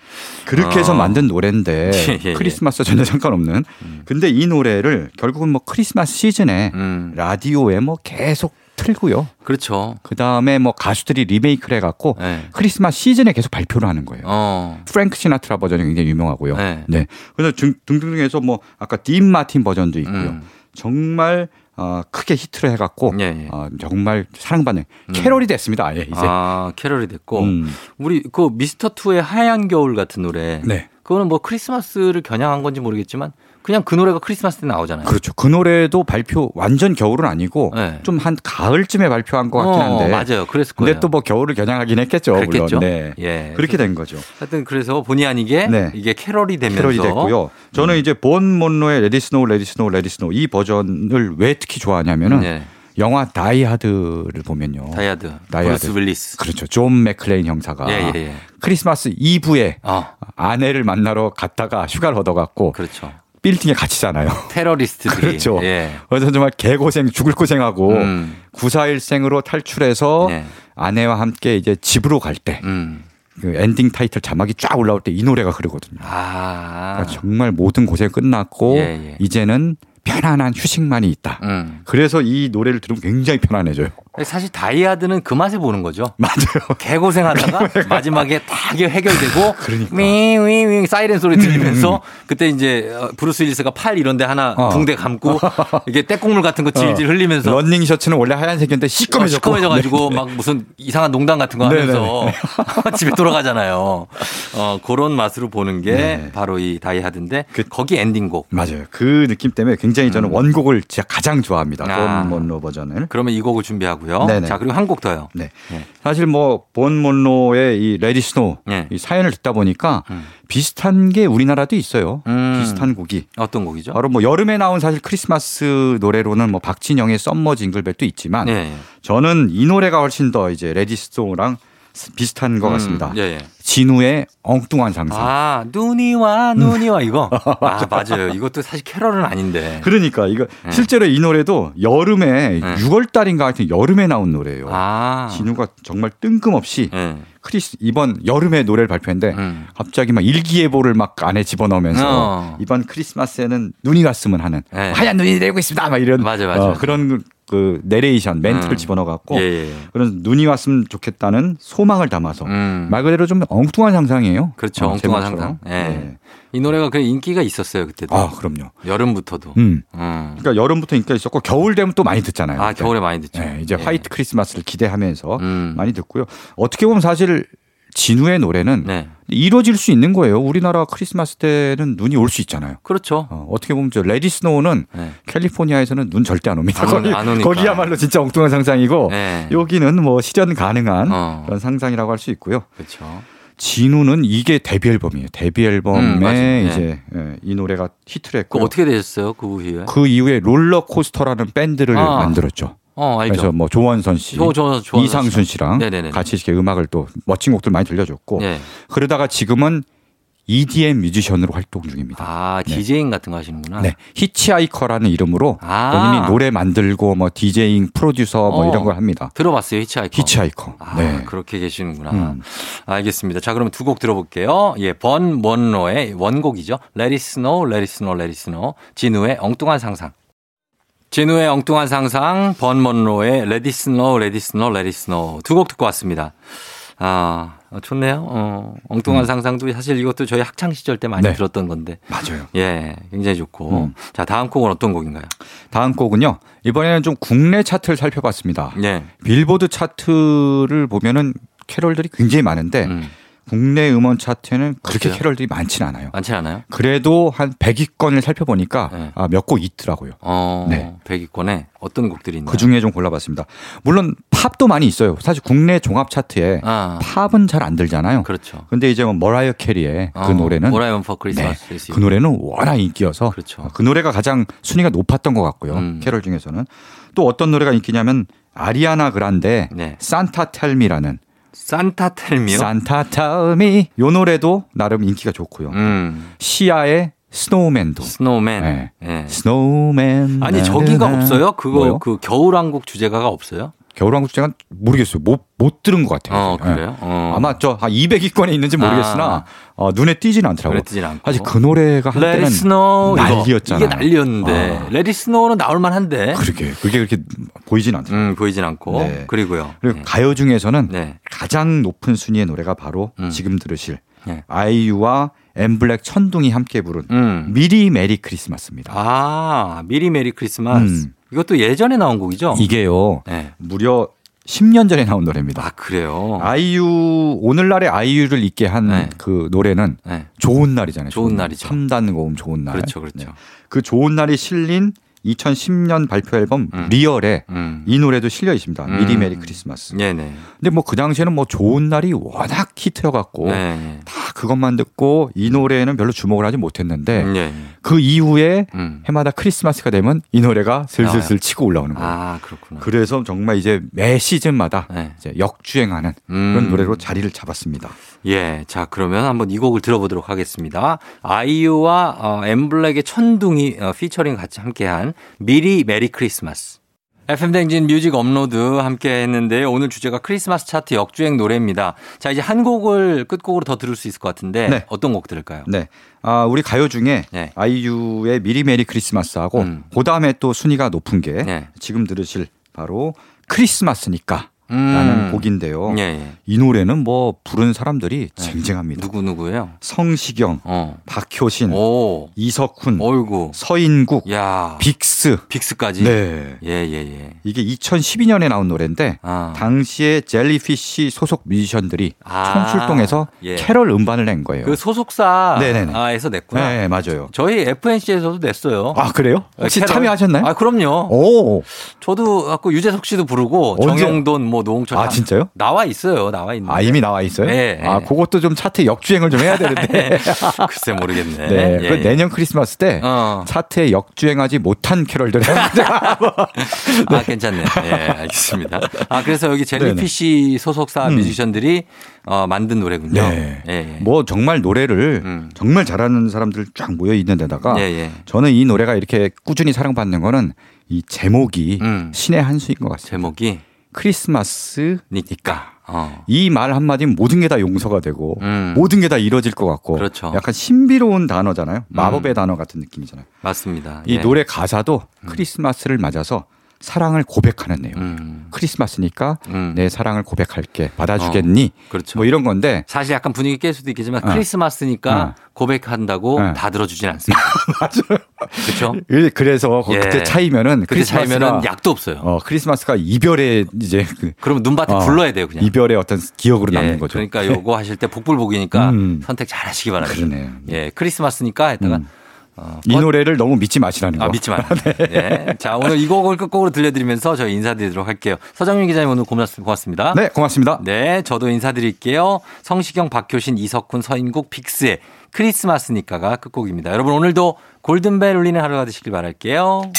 Speaker 7: 그렇게 해서
Speaker 1: 어.
Speaker 7: 만든 노래인데
Speaker 1: 예, 예, 예.
Speaker 7: 크리스마스 전혀 상관없는. 근데 이 노래를 결국은 뭐 크리스마스 시즌에
Speaker 1: 음.
Speaker 7: 라디오에 뭐 계속 틀고요.
Speaker 1: 그렇죠.
Speaker 7: 그 다음에 뭐 가수들이 리메이크를 해갖고
Speaker 1: 네.
Speaker 7: 크리스마스 시즌에 계속 발표를 하는 거예요.
Speaker 1: 어.
Speaker 7: 프랭크 시나트라 버전이 굉장히 유명하고요.
Speaker 1: 네.
Speaker 7: 네. 그래서 중- 등등등해서 뭐 아까 딘 마틴 버전도 있고요.
Speaker 1: 음.
Speaker 7: 정말 어, 크게 히트를 해갖고
Speaker 1: 예, 예.
Speaker 7: 어, 정말 사랑받는 캐롤이 됐습니다. 아예 이제.
Speaker 1: 아, 캐럴이 됐고.
Speaker 7: 음.
Speaker 1: 우리 그 미스터 투의 하얀 겨울 같은 노래.
Speaker 7: 네.
Speaker 1: 그거는 뭐 크리스마스를 겨냥한 건지 모르겠지만 그냥 그 노래가 크리스마스 때 나오잖아요.
Speaker 7: 그렇죠. 그 노래도 발표 완전 겨울은 아니고
Speaker 1: 네.
Speaker 7: 좀 한 가을쯤에 발표한 것 같긴
Speaker 1: 어,
Speaker 7: 한데.
Speaker 1: 맞아요. 그랬을 거예요.
Speaker 7: 근데 또 뭐 겨울을 겨냥하긴 했겠죠.
Speaker 1: 그랬겠죠.
Speaker 7: 물론. 네.
Speaker 1: 예.
Speaker 7: 그렇게 된 거죠.
Speaker 1: 하여튼 그래서 본의 아니게
Speaker 7: 네.
Speaker 1: 이게 캐럴이 되면서 음.
Speaker 7: 캐롤이 됐고요. 저는 이제 본 몬로의 레디 스노우 레디 스노우 레디 스노우 이 버전을 왜 특히 좋아하냐면은
Speaker 1: 네.
Speaker 7: 영화 다이하드를 보면요.
Speaker 1: 다이아드,
Speaker 7: 어, 다이아드. 아.
Speaker 1: 브루스 윌리스.
Speaker 7: 그렇죠. 존 맥클레인 형사가
Speaker 1: 예, 예, 예.
Speaker 7: 크리스마스 이브에
Speaker 1: 어,
Speaker 7: 아내를 만나러 갔다가 휴가를 얻어갖고
Speaker 1: 그렇죠.
Speaker 7: 빌딩에 갇히잖아요.
Speaker 1: 테러리스트들이.
Speaker 7: 그렇죠.
Speaker 1: 예.
Speaker 7: 그래서 정말 개고생 죽을 고생하고
Speaker 1: 음.
Speaker 7: 구사일생으로 탈출해서
Speaker 1: 예.
Speaker 7: 아내와 함께 이제 집으로 갈 때 그
Speaker 1: 음.
Speaker 7: 엔딩 타이틀 자막이 쫙 올라올 때 이 노래가 그러거든요.
Speaker 1: 아.
Speaker 7: 그러니까 정말 모든 고생 끝났고
Speaker 1: 예, 예.
Speaker 7: 이제는 편안한 휴식만이 있다.
Speaker 1: 음.
Speaker 7: 그래서 이 노래를 들으면 굉장히 편안해져요.
Speaker 1: 사실 다이아드는 그 맛에 보는 거죠.
Speaker 7: 맞아요.
Speaker 1: 개고생하다가 마지막에 다 이게 해결되고
Speaker 7: 그러니까. 음,
Speaker 1: 윙윙윙 사이렌 소리 들리면서 그때 이제 어, 브루스 윌리스가 팔 이런 데 하나
Speaker 7: 어.
Speaker 1: 붕대 감고 이게 때국물 같은 거 질질 흘리면서
Speaker 7: 런닝 셔츠는 원래 하얀색이었는데 시꺼매졌고
Speaker 1: 가지고
Speaker 7: 네, 네.
Speaker 1: 막 무슨 이상한 농담 같은 거 하면서 집에 돌아가잖아요. 어, 그런 맛으로 보는 게
Speaker 7: 네.
Speaker 1: 바로 이 다이하드인데
Speaker 7: 그-
Speaker 1: 거기 엔딩곡.
Speaker 7: 맞아요. 그 느낌 때문에 굉장히 저는 원곡을 진짜 가장 좋아합니다.
Speaker 1: 음. 아.
Speaker 7: 본 먼로 버전을.
Speaker 1: 그러면 이 곡을 준비하고요.
Speaker 7: 네네.
Speaker 1: 자 그리고 한 곡 더요.
Speaker 7: 네.
Speaker 1: 네.
Speaker 7: 사실 뭐 본 먼로의 이 레디 스노우
Speaker 1: 네.
Speaker 7: 이 사연을 듣다 보니까
Speaker 1: 음.
Speaker 7: 비슷한 게 우리나라도 있어요.
Speaker 1: 음.
Speaker 7: 비슷한 곡이.
Speaker 1: 어떤 곡이죠?
Speaker 7: 바로 뭐 여름에 나온 사실 크리스마스 노래로는 뭐 박진영의 썸머 징글벨도 있지만
Speaker 1: 네.
Speaker 7: 저는 이 노래가 훨씬 더 이제 레디 스노우랑 비슷한 것
Speaker 1: 음,
Speaker 7: 같습니다.
Speaker 1: 예, 예.
Speaker 7: 진우의 엉뚱한 상상.
Speaker 1: 아 눈이 와 눈이 와 이거 아 맞아요 이것도 사실 캐럴은 아닌데
Speaker 7: 그러니까 이거 실제로 이 노래도 여름에
Speaker 1: 네.
Speaker 7: 6월 달인가 하여튼 여름에 나온 노래예요.
Speaker 1: 아
Speaker 7: 진우가 정말 뜬금없이
Speaker 1: 예.
Speaker 7: 크리스 이번 여름에 노래를 발표했는데
Speaker 1: 음.
Speaker 7: 갑자기 막 일기예보를 막 안에 집어넣으면서
Speaker 1: 어.
Speaker 7: 이번 크리스마스에는 눈이 났으면 하는
Speaker 1: 네.
Speaker 7: 하얀 눈이 내리고 있습니다. 막 이런
Speaker 1: 맞아요, 맞아요.
Speaker 7: 어, 그런 그 내레이션 멘트를
Speaker 1: 음.
Speaker 7: 집어넣어 갖고
Speaker 1: 예, 예, 예.
Speaker 7: 그런 눈이 왔으면 좋겠다는 소망을 담아서
Speaker 1: 음.
Speaker 7: 말 그대로 좀 엉뚱한 상상이에요.
Speaker 1: 그렇죠,
Speaker 7: 어,
Speaker 1: 엉뚱한
Speaker 7: 제목처럼. 네.
Speaker 1: 상상. 예. 이 노래가 그 인기가 있었어요 그때도
Speaker 7: 아 그럼요.
Speaker 1: 여름부터도
Speaker 7: 음.
Speaker 1: 음.
Speaker 7: 그러니까 여름부터 인기가 있었고 겨울 되면 또 많이 듣잖아요.
Speaker 1: 아
Speaker 7: 그때.
Speaker 1: 겨울에 많이 듣죠
Speaker 7: 네, 이제
Speaker 1: 예.
Speaker 7: 화이트 크리스마스를 기대하면서
Speaker 1: 음.
Speaker 7: 많이 듣고요. 어떻게 보면 사실 진우의 노래는
Speaker 1: 네.
Speaker 7: 이루어질 수 있는 거예요. 우리나라 크리스마스 때는 눈이 올 수 있잖아요.
Speaker 1: 그렇죠.
Speaker 7: 어, 어떻게 보면 저 레디 스노우는
Speaker 1: 네.
Speaker 7: 캘리포니아에서는 눈 절대 안 옵니다.
Speaker 1: 안 오- 안 오니까.
Speaker 7: 거기야말로 진짜 엉뚱한 상상이고
Speaker 1: 네.
Speaker 7: 여기는 뭐 실현 어, 가능한
Speaker 1: 어.
Speaker 7: 그런 상상이라고 할 수 있고요.
Speaker 1: 그렇죠.
Speaker 7: 진우는 이게 데뷔 앨범이에요. 데뷔 앨범에
Speaker 1: 음, 맞아요.
Speaker 7: 이제 예, 이 노래가 히트를
Speaker 1: 그
Speaker 7: 했고
Speaker 1: 어떻게 되셨어요? 그 후에?
Speaker 7: 그 이후에 롤러코스터라는 밴드를
Speaker 1: 아,
Speaker 7: 만들었죠.
Speaker 1: 어,
Speaker 7: 그래서
Speaker 1: 알죠.
Speaker 7: 뭐 조원선 씨,
Speaker 1: 저, 저, 저,
Speaker 7: 이상순 씨랑
Speaker 1: 네네네.
Speaker 7: 같이 이렇게 음악을 또 멋진 곡들 많이 들려줬고
Speaker 1: 네.
Speaker 7: 그러다가 지금은 EDM 뮤지션으로 활동 중입니다.
Speaker 1: 아,
Speaker 7: 네.
Speaker 1: 디제잉 같은 거 하시는구나.
Speaker 7: 네, 히치하이커라는 이름으로
Speaker 1: 아.
Speaker 7: 본인이 노래 만들고 뭐 디제잉 프로듀서 뭐
Speaker 1: 어.
Speaker 7: 이런 걸 합니다.
Speaker 1: 들어봤어요, 히치하이커.
Speaker 7: 히치하이커.
Speaker 1: 아,
Speaker 7: 네.
Speaker 1: 그렇게 계시는구나.
Speaker 7: 음.
Speaker 1: 알겠습니다. 자, 그럼 두 곡 들어볼게요. 예, 번 먼로의 원곡이죠. Let it snow, let it snow, let it snow. 진우의 엉뚱한 상상. 진우의 엉뚱한 상상, 번 먼로의 let it snow, let it snow, let it snow. 두 곡 듣고 왔습니다. 아, 어, 좋네요. 어, 엉뚱한 상상도 사실 이것도 저희 학창 시절 때 많이
Speaker 7: 음. 네.
Speaker 1: 들었던 건데.
Speaker 7: 맞아요.
Speaker 1: 예, 굉장히 좋고.
Speaker 7: 음.
Speaker 1: 자, 다음 곡은 어떤 곡인가요?
Speaker 7: 다음 곡은요. 이번에는 좀 국내 차트를 살펴봤습니다.
Speaker 1: 예.
Speaker 7: 빌보드 차트를 보면은 캐럴들이 굉장히 많은데
Speaker 1: 음,
Speaker 7: 국내 음원 차트에는 그렇게
Speaker 1: 그래요?
Speaker 7: 캐럴들이 많진 않아요.
Speaker 1: 많지 않아요?
Speaker 7: 그래도 한 100위권을 살펴보니까
Speaker 1: 네.
Speaker 7: 아, 몇 곡 있더라고요.
Speaker 1: 어,
Speaker 7: 네.
Speaker 1: 100위권에 어떤 곡들이 있나요?
Speaker 7: 그 중에 좀 골라봤습니다. 물론 팝도 많이 있어요. 사실 국내 종합 차트에
Speaker 1: 아,
Speaker 7: 팝은 잘 안 들잖아요.
Speaker 1: 그렇죠.
Speaker 7: 근데 이제 뭐 머라이어 캐리의 그
Speaker 1: 어,
Speaker 7: 노래는
Speaker 1: What I Want for
Speaker 7: 네,
Speaker 1: Christmas is
Speaker 7: 그
Speaker 1: You.
Speaker 7: 노래는 워낙 인기여서
Speaker 1: 그렇죠.
Speaker 7: 어, 그 노래가 가장 순위가 높았던 것 같고요.
Speaker 1: 음.
Speaker 7: 캐럴 중에서는 또 어떤 노래가 인기냐면 아리아나 그란데
Speaker 1: 네.
Speaker 7: 산타 텔미라는
Speaker 1: 산타 텔미요?
Speaker 7: 산타 텔미 요 노래도 나름 인기가 좋고요.
Speaker 1: 음.
Speaker 7: 시아의 스노우맨도
Speaker 1: 스노우맨.
Speaker 7: 네.
Speaker 1: 예.
Speaker 7: 스노우맨
Speaker 1: 아니 저기가
Speaker 7: 나른한.
Speaker 1: 없어요? 그거
Speaker 7: 뭐요?
Speaker 1: 그 겨울왕국 주제가가 없어요?
Speaker 7: 겨울왕국 제가 모르겠어요. 못 못 들은 것 같아요.
Speaker 1: 어
Speaker 7: 예.
Speaker 1: 그래요? 어.
Speaker 7: 아마 저 한 200위권에 있는지 모르겠으나
Speaker 1: 아.
Speaker 7: 어, 눈에 띄지는 않더라고요.
Speaker 1: 눈에 띄진 않고.
Speaker 7: 사실 그 노래가
Speaker 1: Let
Speaker 7: 한때는
Speaker 1: it snow 이거.
Speaker 7: 난리였잖아요.
Speaker 1: 이게 난리였는데
Speaker 7: 아.
Speaker 1: Let it snow는 나올 만한데.
Speaker 7: 그러게 그게 그렇게 보이진 않더라고요.
Speaker 1: 음 보이진 않고
Speaker 7: 네.
Speaker 1: 그리고요.
Speaker 7: 그리고
Speaker 1: 네.
Speaker 7: 가요 중에서는
Speaker 1: 네.
Speaker 7: 가장 높은 순위의 노래가 바로
Speaker 1: 음.
Speaker 7: 지금 들으실
Speaker 1: 네.
Speaker 7: 아이유와 엠블랙 천둥이 함께 부른
Speaker 1: 음.
Speaker 7: 미리 메리 크리스마스입니다.
Speaker 1: 아 미리 메리 크리스마스.
Speaker 7: 음.
Speaker 1: 이것도 예전에 나온 곡이죠?
Speaker 7: 이게요
Speaker 1: 네.
Speaker 7: 무려 10년 전에 나온 노래입니다.
Speaker 1: 아 그래요.
Speaker 7: 아이유 오늘날의 아이유를 있게 한
Speaker 1: 네.
Speaker 7: 그 노래는
Speaker 1: 네.
Speaker 7: 좋은 날이잖아요.
Speaker 1: 좋은 날이죠.
Speaker 7: 3단 고음 좋은 날.
Speaker 1: 그렇죠, 그렇죠.
Speaker 7: 네. 그 좋은 날이 실린 2010년 발표 앨범
Speaker 1: 음.
Speaker 7: 리얼에
Speaker 1: 음.
Speaker 7: 이 노래도 실려 있습니다. 미리
Speaker 1: 음.
Speaker 7: 메리 크리스마스.
Speaker 1: 네네.
Speaker 7: 근데 뭐 그 당시에는 뭐 좋은 날이 워낙 히트여갖고
Speaker 1: 네.
Speaker 7: 다 그것만 듣고 이 노래에는 별로 주목을 하지 못했는데
Speaker 1: 네.
Speaker 7: 그 이후에
Speaker 1: 음.
Speaker 7: 해마다 크리스마스가 되면 이 노래가 슬슬슬 치고 올라오는 거예요.
Speaker 1: 아 그렇구나.
Speaker 7: 네. 그래서 정말 이제 매 시즌마다
Speaker 1: 네.
Speaker 7: 이제 역주행하는
Speaker 1: 음.
Speaker 7: 그런 노래로 자리를 잡았습니다.
Speaker 1: 예, 자 그러면 한번 이 곡을 들어보도록 하겠습니다. 아이유와 어, 엠블랙의 천둥이 어, 피처링 같이 함께한 미리 메리 크리스마스. FM 댕진 뮤직 업로드 함께 했는데 오늘 주제가 크리스마스 차트 역주행 노래입니다. 자 이제 한 곡을 끝곡으로 더 들을 수 있을 것 같은데
Speaker 7: 네.
Speaker 1: 어떤 곡 들을까요?
Speaker 7: 네. 아, 우리 가요 중에
Speaker 1: 네.
Speaker 7: 아이유의 미리 메리 크리스마스하고
Speaker 1: 음.
Speaker 7: 그다음에 또 순위가 높은 게
Speaker 1: 네.
Speaker 7: 지금 들으실 바로 크리스마스니까
Speaker 1: 음.
Speaker 7: 라는 곡인데요.
Speaker 1: 예, 예.
Speaker 7: 이 노래는 뭐 부른 사람들이
Speaker 1: 네.
Speaker 7: 쟁쟁합니다.
Speaker 1: 누구 누구예요?
Speaker 7: 성시경,
Speaker 1: 어.
Speaker 7: 박효신,
Speaker 1: 오.
Speaker 7: 이석훈,
Speaker 1: 어이구.
Speaker 7: 서인국,
Speaker 1: 야.
Speaker 7: 빅스.
Speaker 1: 빅스까지.
Speaker 7: 음. 네.
Speaker 1: 예, 예, 예.
Speaker 7: 이게 2012년에 나온 노래인데
Speaker 1: 아.
Speaker 7: 당시에 젤리피쉬 소속 뮤지션들이
Speaker 1: 아.
Speaker 7: 처음 출동해서
Speaker 1: 예.
Speaker 7: 캐럴 음반을 낸 거예요.
Speaker 1: 그
Speaker 7: 네네네.
Speaker 1: 소속사에서 냈구나.
Speaker 7: 네, 맞아요.
Speaker 1: 저희 FNC에서도 냈어요. 네,
Speaker 7: 아, 그래요? 혹시
Speaker 1: 캐럴.
Speaker 7: 참여하셨나요?
Speaker 1: 아 그럼요.
Speaker 7: 오.
Speaker 1: 저도 아까 유재석 씨도 부르고
Speaker 7: 언제?
Speaker 1: 정영돈 뭐 노홍철
Speaker 7: 아,
Speaker 1: 다
Speaker 7: 진짜요?
Speaker 1: 나와 있어요. 나와 있는.
Speaker 7: 아, 이미 나와 있어요?
Speaker 1: 네,
Speaker 7: 아,
Speaker 1: 네.
Speaker 7: 그것도 좀 차트 역주행을 좀 해야 되는데.
Speaker 1: 글쎄 모르겠네.
Speaker 7: 네.
Speaker 1: 예,
Speaker 7: 그
Speaker 1: 예.
Speaker 7: 내년 크리스마스 때
Speaker 1: 어.
Speaker 7: 차트에 역주행하지 못한 캐럴들.
Speaker 1: 아 괜찮네. 예, 알겠습니다. 아 그래서 여기 젤리피쉬 소속사
Speaker 7: 음.
Speaker 1: 뮤지션들이 어, 만든 노래군요.
Speaker 7: 네.
Speaker 1: 예, 예.
Speaker 7: 뭐 정말 노래를
Speaker 1: 음.
Speaker 7: 정말 잘하는 사람들 쫙 모여 있는 데다가
Speaker 1: 예, 예.
Speaker 7: 저는 이 노래가 이렇게 꾸준히 사랑받는 거는 이 제목이
Speaker 1: 음.
Speaker 7: 신의 한 수인 것 같습니다.
Speaker 1: 제목이
Speaker 7: 크리스마스니까.
Speaker 1: 니까. 어.
Speaker 7: 이 말 한마디면 모든 게 다 용서가 되고
Speaker 1: 음.
Speaker 7: 모든 게 다 이뤄질 것 같고
Speaker 1: 그렇죠. 음.
Speaker 7: 약간 신비로운 단어잖아요. 마법의 단어 같은 느낌이잖아요.
Speaker 1: 맞습니다.
Speaker 7: 이
Speaker 1: 예.
Speaker 7: 노래 가사도 크리스마스를 맞아서 사랑을 고백하는 내용.
Speaker 1: 음.
Speaker 7: 크리스마스니까
Speaker 1: 음.
Speaker 7: 내 사랑을 고백할게. 받아주겠니?
Speaker 1: 그렇죠.
Speaker 7: 뭐 이런 건데
Speaker 1: 사실 약간 분위기 깰 수도 있겠지만
Speaker 7: 어.
Speaker 1: 크리스마스니까 고백한다고
Speaker 7: 어.
Speaker 1: 다 들어주진 않습니다.
Speaker 7: 맞아요. 어,
Speaker 1: 그렇죠?
Speaker 7: 그래서 거-
Speaker 1: 예.
Speaker 7: 그때 차이면은
Speaker 1: 그때
Speaker 7: 크리스마스가
Speaker 1: 차이면은 약도 없어요.
Speaker 7: 어, 크리스마스가 이별의 이제 그
Speaker 1: 그럼 눈밭에
Speaker 7: 어,
Speaker 1: 불러야 돼요, 그냥.
Speaker 7: 이별의 어떤 기억으로
Speaker 1: 예,
Speaker 7: 남는 거죠. 네.
Speaker 1: 그러니까 요거 하실 때 복불복이니까
Speaker 7: 음.
Speaker 1: 선택 잘 하시기 바랍니다.
Speaker 7: 그러네요.
Speaker 1: 예, 크리스마스니까 했다가
Speaker 7: 음. 네. 이 노래를 너무 믿지 마시라는 거.
Speaker 1: 아, 믿지 마요. 예. 자, 오늘 이 곡을 끝곡으로 들려드리면서 저희 인사드리도록 할게요. 서정윤 기자님 오늘 고맙- 고맙습니다.
Speaker 7: 네, 고맙습니다.
Speaker 1: 네, 저도 인사드릴게요. 성시경, 박효신, 이석훈, 서인국, 빅스의 크리스마스니까가 끝곡입니다. 여러분 오늘도 골든벨 울리는 하루가 되시길 바랄게요.